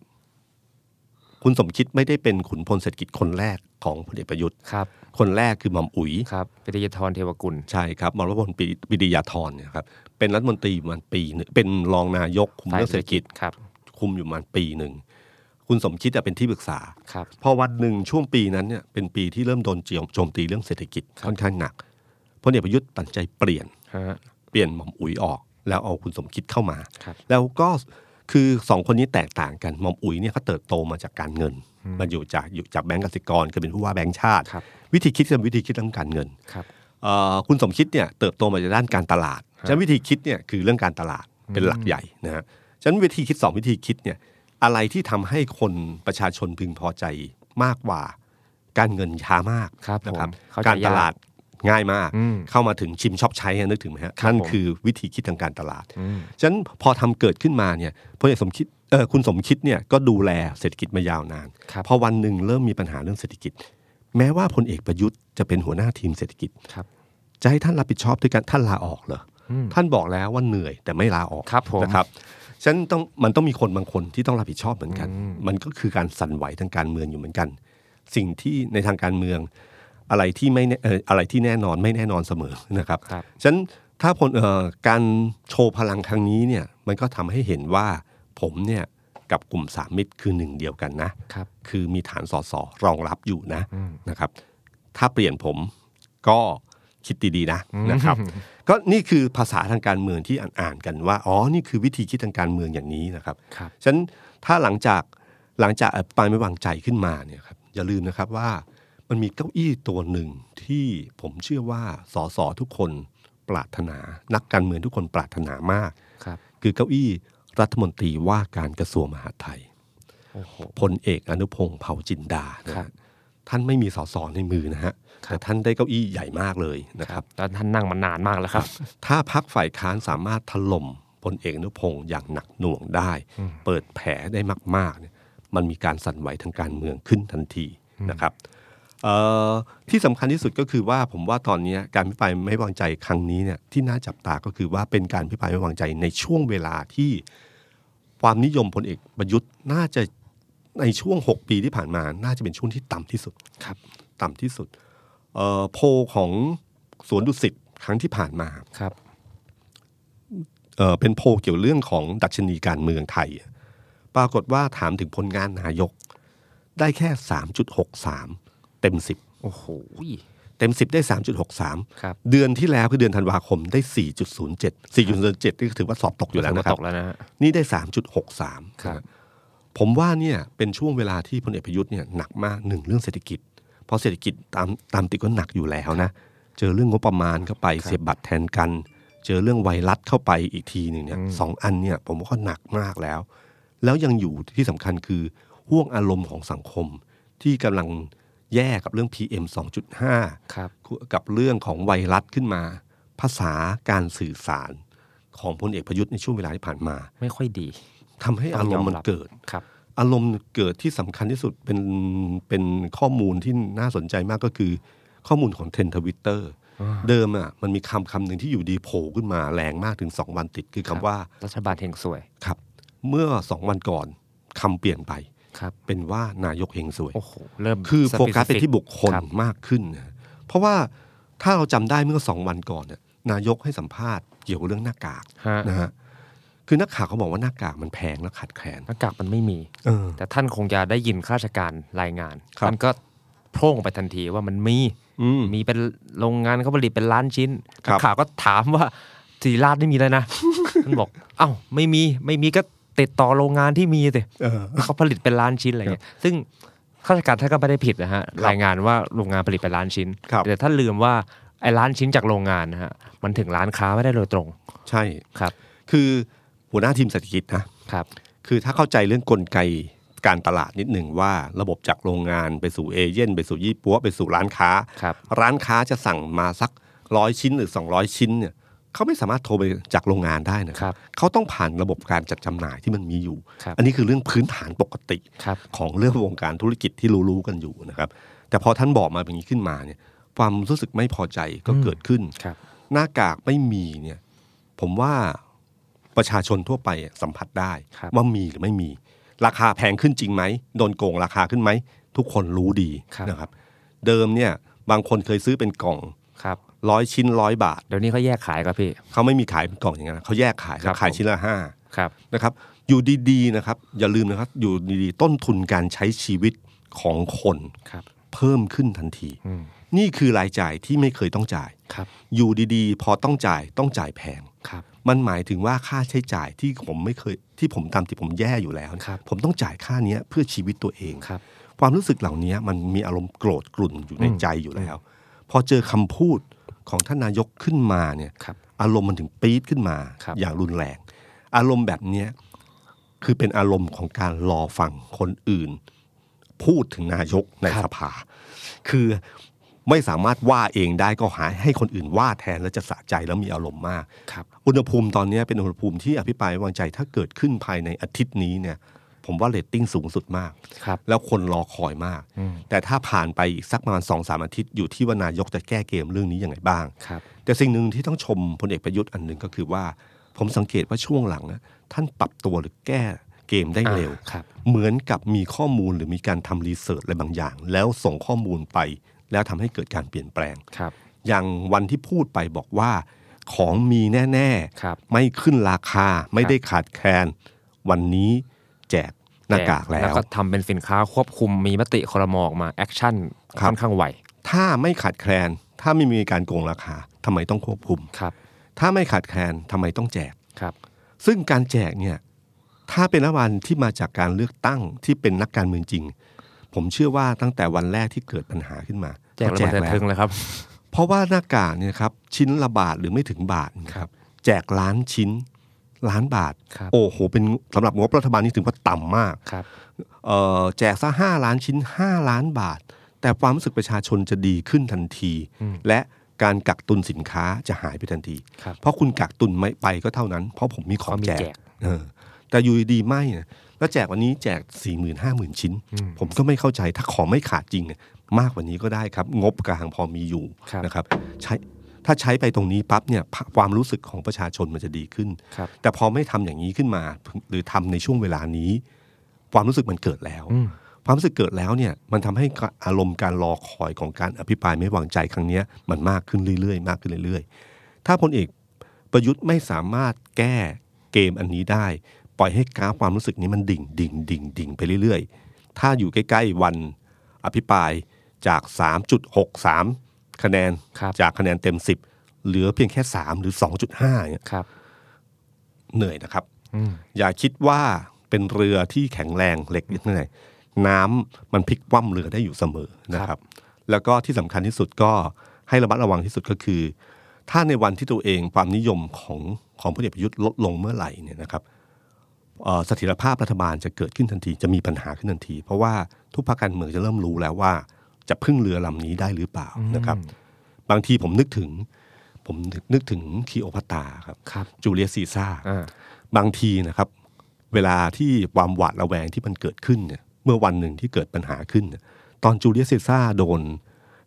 Speaker 2: คุณสมคิดไม่ได้เป็นขุนพลเศรษฐกิจคนแรกของพลเอกประยุทธ์
Speaker 3: ครับ
Speaker 2: คนแรกคือหม่อมอุ๋ย
Speaker 3: ครับ ปิติยธรเทวกุล
Speaker 2: ใช่ครับหมอรพลปิปิติยาธรเนี่ยครับเป็นรัฐมนตรีมันปีหนึ่งเป็นรองนายกคุมเรื่องเศรษฐกิจ
Speaker 3: ครับ
Speaker 2: คุมอยู่ประมันปีหนึ่ง คุณสมคิดอะเป็นที่ปรึกษา
Speaker 3: ครับ
Speaker 2: พอวันหนึ่งช่วงปีนั้นเนี่ยเป็นปีที่เริ่มโดนเจียมโจมตีเรื่องเศรษฐกิจค่อนข้างหนักพลเอกประยุทธ์ตัดใจเปลี่ยน
Speaker 3: ฮะ
Speaker 2: เปลี่ยนหม่อมอุ๋ยออก แล้วเอาคุณสมคิดเข้ามา
Speaker 3: ครับ
Speaker 2: แล้วก็คือสองคนนี้แตกต่างกันหม่อมอุ๋ยเนี่ยเขาเติบโตมาจากการเงินมาอยู่จากอยู่จากแบงก์กสิกรก็เป็นผู้ว่าแบงก์ชาติ
Speaker 3: ครับ
Speaker 2: วิธีคิดเป็นวิธีคิดเรื่องการเงิน
Speaker 3: ครับ
Speaker 2: เอ่อคุณสมคิดเนี่ยเติบโตมาจากด้านการตลาด ฉะนั้นวิธีคิดเนี่ยคือเรื่องการตลาดเป็นหลักใหญ่นะฮะ ฉะนั้นวิธีคิดสองวิธีคิดเนี่ยอะไรที่ทำให้คนประชาชนพึงพอใจมากกว่า การเงินช้ามาก
Speaker 3: ครับ
Speaker 2: นะ
Speaker 3: ผมเข้าใจ
Speaker 2: การตลาดง่ายมาก
Speaker 3: อืม
Speaker 2: เข้ามาถึงชิมช็อปใช้อะนึกถึงไหมฮะ
Speaker 3: ครับ
Speaker 2: นั่น
Speaker 3: ผม
Speaker 2: คือวิธีคิดทางการตลาด
Speaker 3: อืม
Speaker 2: ฉะนั้นพอทำเกิดขึ้นมาเนี่ยพลเอกสมคิดเออคุณสมคิดเนี่ยก็ดูแลเศรษฐกิจมายาวนาน
Speaker 3: ครับ
Speaker 2: พอวันหนึ่งเริ่มมีปัญหาเรื่องเศรษฐกิจ แม้ว่าพลเอกประยุทธ์จะเป็นหัวหน้าทีมเศรษฐกิจ
Speaker 3: ครับ
Speaker 2: จะให้ท่านรับผิดชอบด้วยการท่านลาออกเหรอ
Speaker 3: อืม
Speaker 2: ท่านบอกแล้วว่าเหนื่อยแต่ไม่ลาออก
Speaker 3: ครับผม
Speaker 2: นะครับฉะนันต้องมันต้องมีคนบางคนที่ต้องรับผิดชอบเหมือนกัน มันก็คือการสั่นไหวทางการเมืองอยู่เหมือนกัน สิ่งที่ในทางการเมือง อะไรที่ไม่แน่เอ่ออะไรที่แน่นอนไม่แน่นอนเสมอนะครับ
Speaker 3: ครับ
Speaker 2: ฉะนันถ้าผลเอ่อการโชว์พลังครั้งนี้เนี่ยมันก็ทำให้เห็นว่าผมเนี่ยกับกลุ่มสามมิตรคือหนึ่งเดียวกันนะ
Speaker 3: ครับ
Speaker 2: คือมีฐานสอสอรองรับอยู่นะนะครับ ถ้าเปลี่ยนผมก็คิดดีๆนะนะครับ ก็นี่คือภาษาทางการเมืองที่อ่านๆกันว่าอ๋อนี่คือวิธีคิดทางการเมืองอย่างนี้นะครับ
Speaker 3: ครับ
Speaker 2: ฉะนั้นถ้าหลังจากหลังจากอภิปรายไม่วางใจขึ้นมาเนี่ยครับอย่าลืมนะครับว่ามันมีเก้าอี้ตัวหนึ่งที่ผมเชื่อว่าสสทุกคน ปรารถนา นักการเมืองทุกคนปรารถนามาก
Speaker 3: ครับ
Speaker 2: คือเก้าอี้รัฐมนตรีว่าการกระทรวงมหาดไทย
Speaker 3: โอ้โห
Speaker 2: พลเอกอนุพงศ์เผ่าจินดานะ
Speaker 3: ครั
Speaker 2: ฮะ
Speaker 3: บ
Speaker 2: ท่านไม่มีสสในมือนะฮะแต่ท่านได้เก้าอี้ใหญ่มากเลยนะครับ
Speaker 3: แล้วท่านนั่งมานานมากแล้วครับ
Speaker 2: ถ้าพักฝ่ายค้านสามารถถล่มพลเอกอนุพงศ์อย่างหนักหน่วงได้ เปิดแผลได้มากๆเนี่ยมันมีการสั่นไหวทางการเมืองขึ้นทันทีนะครับเอ่อที่สำคัญที่สุดก็คือว่าผมว่าตอนเนี้ยการพิปรายไม่วางใจครั้งนี้เนี่ยที่น่าจับตาก็คือว่าเป็นการพิปรายไม่วางใจในช่วงเวลาที่ความนิยมพลเอกประยุทธ์น่าจะในช่วง 6 ปีที่ผ่านมา น่าจะเป็นช่วงที่ต่ำที่สุด
Speaker 3: ครับ
Speaker 2: ต่ำที่สุดเอ่อโพลของสวนดุสิตครั้งที่ผ่านมา
Speaker 3: ครับ
Speaker 2: เอ่อเป็นโพลเกี่ยวเรื่องของดัชนีการเมืองไทย ปรากฏว่าถามถึงผลงานนายก ได้แค่ 3.63 เต็ม
Speaker 3: โอ้โห
Speaker 2: 10 เต็ม 10 ได้
Speaker 3: ครับ
Speaker 2: 3.63 เดือนที่แล้วคือเดือนธันวาคมได้ 4.07 4.07นี่ก็ถือว่าสอบตกอยู่แล้วนะค
Speaker 3: ต
Speaker 2: รับ
Speaker 3: กแล้วนะฮะ
Speaker 2: นี่ได้ 3.63
Speaker 3: ครับ
Speaker 2: ผมว่าเนี่ยเป็นช่วงเวลาที่พลเอกประยุทธ์เนี่ยหนักมากหนึ่งเรื่องเศรษฐกิจ เพราะเศรษฐกิจตามตามติดก็หนักอยู่แล้วนะ เจอเรื่องงบประมาณเข้าไปเสียบบัตรแทนกัน เจอเรื่องไวรัสเข้าไปอีกทีหนึ่งเนี่ยสองอันเนี่ยผมว่าก็หนักมากแล้ว แล้วยังอยู่ที่สำคัญคือห่วงอารมณ์ของสังคม ที่กำลังแย่กับเรื่อง PM 2.5
Speaker 3: ครับ
Speaker 2: กับเรื่องของไวรัสขึ้นมา ภาษาการสื่อสารของพลเอกประยุทธ์ในช่วงเวลาที่ผ่านมา
Speaker 3: ไม่ค่อยดี
Speaker 2: ทำให้อารมณ์มันเกิด
Speaker 3: ครับ
Speaker 2: อารมณ์เกิดที่สำคัญที่สุดเป็นเป็นข้อมูลที่น่าสนใจมากก็คือ ข้อมูลของเทนทวิตเตอร์เดิมอ่ะมันมีคำคำหนึ่งที่อยู่ดีโผล่ขึ้นมาแรงมากถึง 2 วันติดคือ
Speaker 3: ครั
Speaker 2: คำ
Speaker 3: บ
Speaker 2: ว่า
Speaker 3: รัฐบาลเฮงสวย
Speaker 2: ครับ เมื่อ 2 วันก่อนคำเปลี่ยนไป
Speaker 3: ครับ
Speaker 2: เป็นว่านายกเฮงสวย
Speaker 3: โอ้โห เริ่ม
Speaker 2: คือโฟกัส
Speaker 3: specific
Speaker 2: ไปที่บุคคล
Speaker 3: รับ
Speaker 2: มากขึ้นนะเพราะว่าถ้าเราจำได้เมื่อสองวันก่อนเนี่ยนายกให้สัมภาษณ์เกี่ยวกับเรื่องหน้ากาก
Speaker 3: ฮะ
Speaker 2: นะฮะคือนักข่าวเขาบอกว่าหน้ากากมันแพงและขาดแคลน
Speaker 3: หน้ากากมันไม่มี
Speaker 2: เออ
Speaker 3: แต่ท่านคงจะได้ยินข้าราชการรายงาน
Speaker 2: ครับ
Speaker 3: ท่านก็โพร่งไปทันทีว่ามันมี
Speaker 2: อืม
Speaker 3: มีเป็นโรงงานเขาผลิตเป็นล้านชิ้น
Speaker 2: ครับ
Speaker 3: นักข่าวก็ถามว่าสีราชไม่มีแล้วนะ ท่านบอก เอ้า ไม่มี ไม่มีก็ติดต่อโรงงานที่มีสิ
Speaker 2: เออ
Speaker 3: เขาผลิตเป็นล้านชิ้นอะไรเงี้ย ซึ่งข้าราชการท่านก็ไม่ได้ผิดนะฮะ
Speaker 2: ครับ
Speaker 3: รายงานว่าโรงงานผลิตเป็นล้านชิ้น
Speaker 2: ครับ
Speaker 3: แต่ท่านลืมว่าไอ้ล้านชิ้นจากโรงงานนะฮะ มันถึงร้านค้าไม่ได้โดยตรง
Speaker 2: ใช่
Speaker 3: ครับ
Speaker 2: คือหัวหน้าทีมเศรษฐกิจนะ
Speaker 3: ครับ
Speaker 2: คือถ้าเข้าใจเรื่องกลไกการตลาดนิดหนึ่งว่าระบบจากโรงงานไปสู่เอเย่นไปสู่ยี่ปัวไปสู่ร้านค้า
Speaker 3: ครับ
Speaker 2: ร้านค้าจะสั่งมาสักร้อยชิ้นหรือ 200 ชิ้นเนี่ยเขาไม่สามารถโทรไปจากโรงงานได้นะครับ เขาต้องผ่านระบบการจัดจำหน่ายที่มันมีอยู่
Speaker 3: ครับ
Speaker 2: อันนี้คือเรื่องพื้นฐานปกติ
Speaker 3: ครับ
Speaker 2: ของเรื่องวงการธุรกิจที่รู้ๆกันอยู่นะครับ แต่พอท่านบอกมาแบบนี้ขึ้นมาเนี่ยความรู้สึกไม่พอใจก็เกิดขึ้น
Speaker 3: ครับ
Speaker 2: หน้ากากไม่มีเนี่ยผมว่าประชาชนทั่วไปสัมผัสได้
Speaker 3: ครับ
Speaker 2: ว่ามีหรือไม่มี ราคาแพงขึ้นจริงไหมโดนโกงราคาขึ้นไหม ทุกคนรู้ดีนะครับ เดิมเนี่ยบางคนเคยซื้อเป็นกล่อง
Speaker 3: ครับ
Speaker 2: ร้อยชิ้นร้อยบาท
Speaker 3: เดี๋ยวนี้เขาแยกขายครับพี่
Speaker 2: เขาไม่มีขายเป็นกล่องอย่างนั้นนะเขาแยกขาย
Speaker 3: ครับ
Speaker 2: ขายชิ้นละห้า
Speaker 3: ครับ
Speaker 2: นะครับอยู่ดีๆนะครับ อย่าลืมนะครับ อยู่ดีๆต้นทุนการใช้ชีวิตของคน
Speaker 3: ครับ
Speaker 2: เพิ่มขึ้นทันที
Speaker 3: อืม
Speaker 2: นี่คือรายจ่ายที่ไม่เคยต้องจ่าย
Speaker 3: ครับ
Speaker 2: อยู่ดีๆ พอต้องจ่ายต้องจ่ายแพง
Speaker 3: ครับ
Speaker 2: มันหมายถึงว่าค่าใช้จ่ายที่ผมไม่เคยที่ผมตามที่ผมแย่อยู่แล้วเนี่ย
Speaker 3: ครับ
Speaker 2: ผมต้องจ่ายค่าเนี้ยเพื่อชีวิตตัวเอง
Speaker 3: ครับ
Speaker 2: ความรู้สึกเหล่านี้มันมีอารมณ์โกรธกลุ่นอยู่ในใจอยู่แล้ว พอเจอคำพูดของท่านนายกขึ้นมาเนี่ย
Speaker 3: ครับ
Speaker 2: อารมณ์มันถึงปี๊ดขึ้นมา
Speaker 3: ครับ
Speaker 2: อย่างรุนแรง อารมณ์แบบเนี้ยคือเป็นอารมณ์ของการรอฟังคนอื่น พูดถึงนายกในสภา คือไม่สามารถว่าเองได้ก็หาให้คนอื่นว่าแทนแล้วจะสะใจแล้วมีอารมณ์มาก
Speaker 3: ครับ
Speaker 2: อุณหภูมิตอนนี้เป็นอุณหภูมิที่อภิปรายไม่วางใจถ้าเกิดขึ้นภายในอาทิตย์นี้เนี่ย ผมว่าเรตติ้งสูงสุดมาก
Speaker 3: ครับ
Speaker 2: แล้วคนรอคอยมาก แต่ถ้าผ่านไปอีกสักประมาณสองสามอาทิตย์อยู่ที่ว่านายกจะแก้เกมเรื่องนี้ยังไงบ้าง
Speaker 3: ครับ
Speaker 2: แต่สิ่งหนึ่งที่ต้องชมพลเอกประยุทธ์อันหนึ่งก็คือว่า ผมสังเกตว่าช่วงหลังนะท่านปรับตัวหรือแก้เกมได้เร็ว
Speaker 3: อ่าครับ
Speaker 2: เหมือนกับมีข้อมูลหรือมีการทำรีเสิร์ชอะไรบางอย่าง แล้วส่งข้อมูลไป แล้วทำให้เกิดการเปลี่ยนแปลง
Speaker 3: ครับ
Speaker 2: อย่างวันที่พูดไปบอกว่า ของมีแน่
Speaker 3: ครับ
Speaker 2: ๆ ไม่ขึ้นราคาไม่ได้ขาดแคลน วันนี้แจกหน้ากากแล้ว
Speaker 3: แล้วก็ทำเป็นสินค้าควบคุมมีมติคอรมอออกมาแอคชั่น
Speaker 2: ครับ
Speaker 3: ค่อนข้างไว
Speaker 2: ถ้าไม่ขาดแคลน ถ้าไม่มีการโกงราคาทำไมต้องควบคุม
Speaker 3: ครับ
Speaker 2: ถ้าไม่ขาดแคลนทำไมต้องแจก
Speaker 3: ครับ
Speaker 2: ซึ่งการแจกเนี่ยถ้าเป็นรัฐบาลที่มาจากการเลือกตั้งที่เป็นนักการเมืองจริง ผมเชื่อว่าตั้งแต่วันแรกที่เกิดปัญหาขึ้นมา
Speaker 3: แจกแล้วมันจะ
Speaker 2: ล้ว
Speaker 3: ทึงเลยครับ
Speaker 2: เพราะว่าหน้ากากเนี่ยครับชิ้นละบาทหรือไม่ถึงบาท
Speaker 3: ครับ
Speaker 2: แจกล้านชิ้นล้านบาท
Speaker 3: ครับ
Speaker 2: โอ้โห เป็นสำหรับงบรัฐบาลนี่ถือว่าต่ำมาก
Speaker 3: ครับ
Speaker 2: เอ่อแจกซะห้าล้านชิ้น 5 ล้านบาท แต่ความรู้สึกประชาชนจะดีขึ้นทันที และการกักตุนสินค้าจะหายไปทันที
Speaker 3: ครับ
Speaker 2: เพราะคุณกักตุนไม่ไปก็เท่านั้น เพราะผมมีของ
Speaker 3: เขามี
Speaker 2: แจก
Speaker 3: แจก
Speaker 2: เออแต่อยู่ดีๆไม่นะแล้วแจกวันนี้แจก 4 0 0 0 0ื่นห้าหมื่นชิ้น ผมก็ไม่เข้าใจถ้าของไม่ขาดจริงเนี่ยมากกว่านี้ก็ได้ครับ งบกลางพอมีอยู่
Speaker 3: ครับ
Speaker 2: นะครับใช้ถ้าใช้ไปตรงนี้ปั๊บเนี่ยความรู้สึกของประชาชนมันจะดีขึ้น
Speaker 3: ครับ
Speaker 2: แต่พอไม่ทำอย่างนี้ขึ้นมา หรือทำในช่วงเวลานี้ ความรู้สึกมันเกิดแล้ว
Speaker 3: อืม
Speaker 2: ความรู้สึกเกิดแล้วเนี่ยมันทำให้อารมณ์การรอคอยของการอภิปรายไม่วางใจครั้งเนี้ยมันมากขึ้นเรื่อยๆ มากขึ้นเรื่อยๆ ถ้าพลเอกประยุทธ์ไม่สามารถแก้เกมอันนี้ได้ ปล่อยให้กราฟความรู้สึกนี้มันดิ่งดิ่งดิ่งดิ่งไปเรื่อยๆ ถ้าอยู่ใกล้ๆวันอภิปรายจาก 3.63 คะแนน
Speaker 3: ครับ
Speaker 2: จากคะแนนเต็ม 10 เหลือเพียงแค่ 3 หรือ 2.5เนี่ย
Speaker 3: ครับ
Speaker 2: เหนื่อยนะครับ
Speaker 3: อืม
Speaker 2: อย่าคิดว่าเป็นเรือที่แข็งแรงเหล็กนิดหน่อยน้ำมันพลิกคว่ำเรือได้อยู่เสมอนะครับ แล้วก็ที่สำคัญที่สุดก็ให้ระมัดระวังที่สุดก็คือ ถ้าในวันที่ตัวเองความนิยมของของพลเอกประยุทธ์ลดลงเมื่อไหร่เนี่ยนะครับเอ่อเสถิรภาพรัฐบาลจะเกิดขึ้นทันทีจะมีปัญหาขึ้นทันที เพราะว่าทุกภาคการเมืองจะเริ่มรู้แล้วว่า จะพึ่งเรือลำนี้ได้หรือเปล่านะครับ บางทีผมนึกถึง ผมนึกถึงคีโอพัตตราครับ
Speaker 3: ครับ
Speaker 2: จูเลียสซีซ่า
Speaker 3: อ่า
Speaker 2: บางทีนะครับ เวลาที่ความหวาดระแวงที่มันเกิดขึ้นเนี่ยเมื่อวันหนึ่งที่เกิดปัญหาขึ้นเนี่ยตอนจูเลียสซีซ่าโดน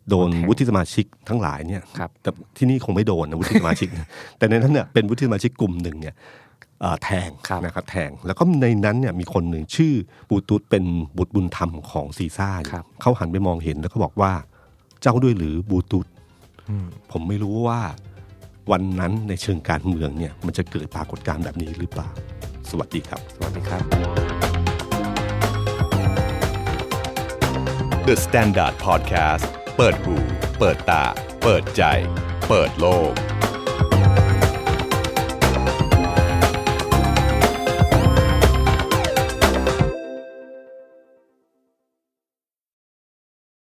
Speaker 2: โดนวุฒิสมาชิกทั้งหลายเนี่ย
Speaker 3: ครับ
Speaker 2: แต่ที่นี่คงไม่โดนนะวุฒิสมาชิก แต่ในนั้นเนี่ยเป็นวุฒิสมาชิกกลุ่มหนึ่งเนี่ยเอ่อแทง
Speaker 3: ครับ
Speaker 2: นะครับแทงแล้วก็ในนั้นเนี่ยมีคนหนึ่งชื่อปูตุสเป็นบุตรบุญธรรมของซีซ่าเนี่ย
Speaker 3: ครับ
Speaker 2: เขาหันไปมองเห็นแล้วก็บอกว่า เจ้าด้วยหรือบูตุส ผมไม่รู้ว่าวันนั้นในเชิงการเมืองเนี่ย มันจะเกิดปรากฏการณ์แบบนี้หรือเปล่า สวัสดีครับ
Speaker 3: สวัสดีครับ
Speaker 1: The Standard Podcast เปิดหูเปิดตา เปิดใจ เปิดโลก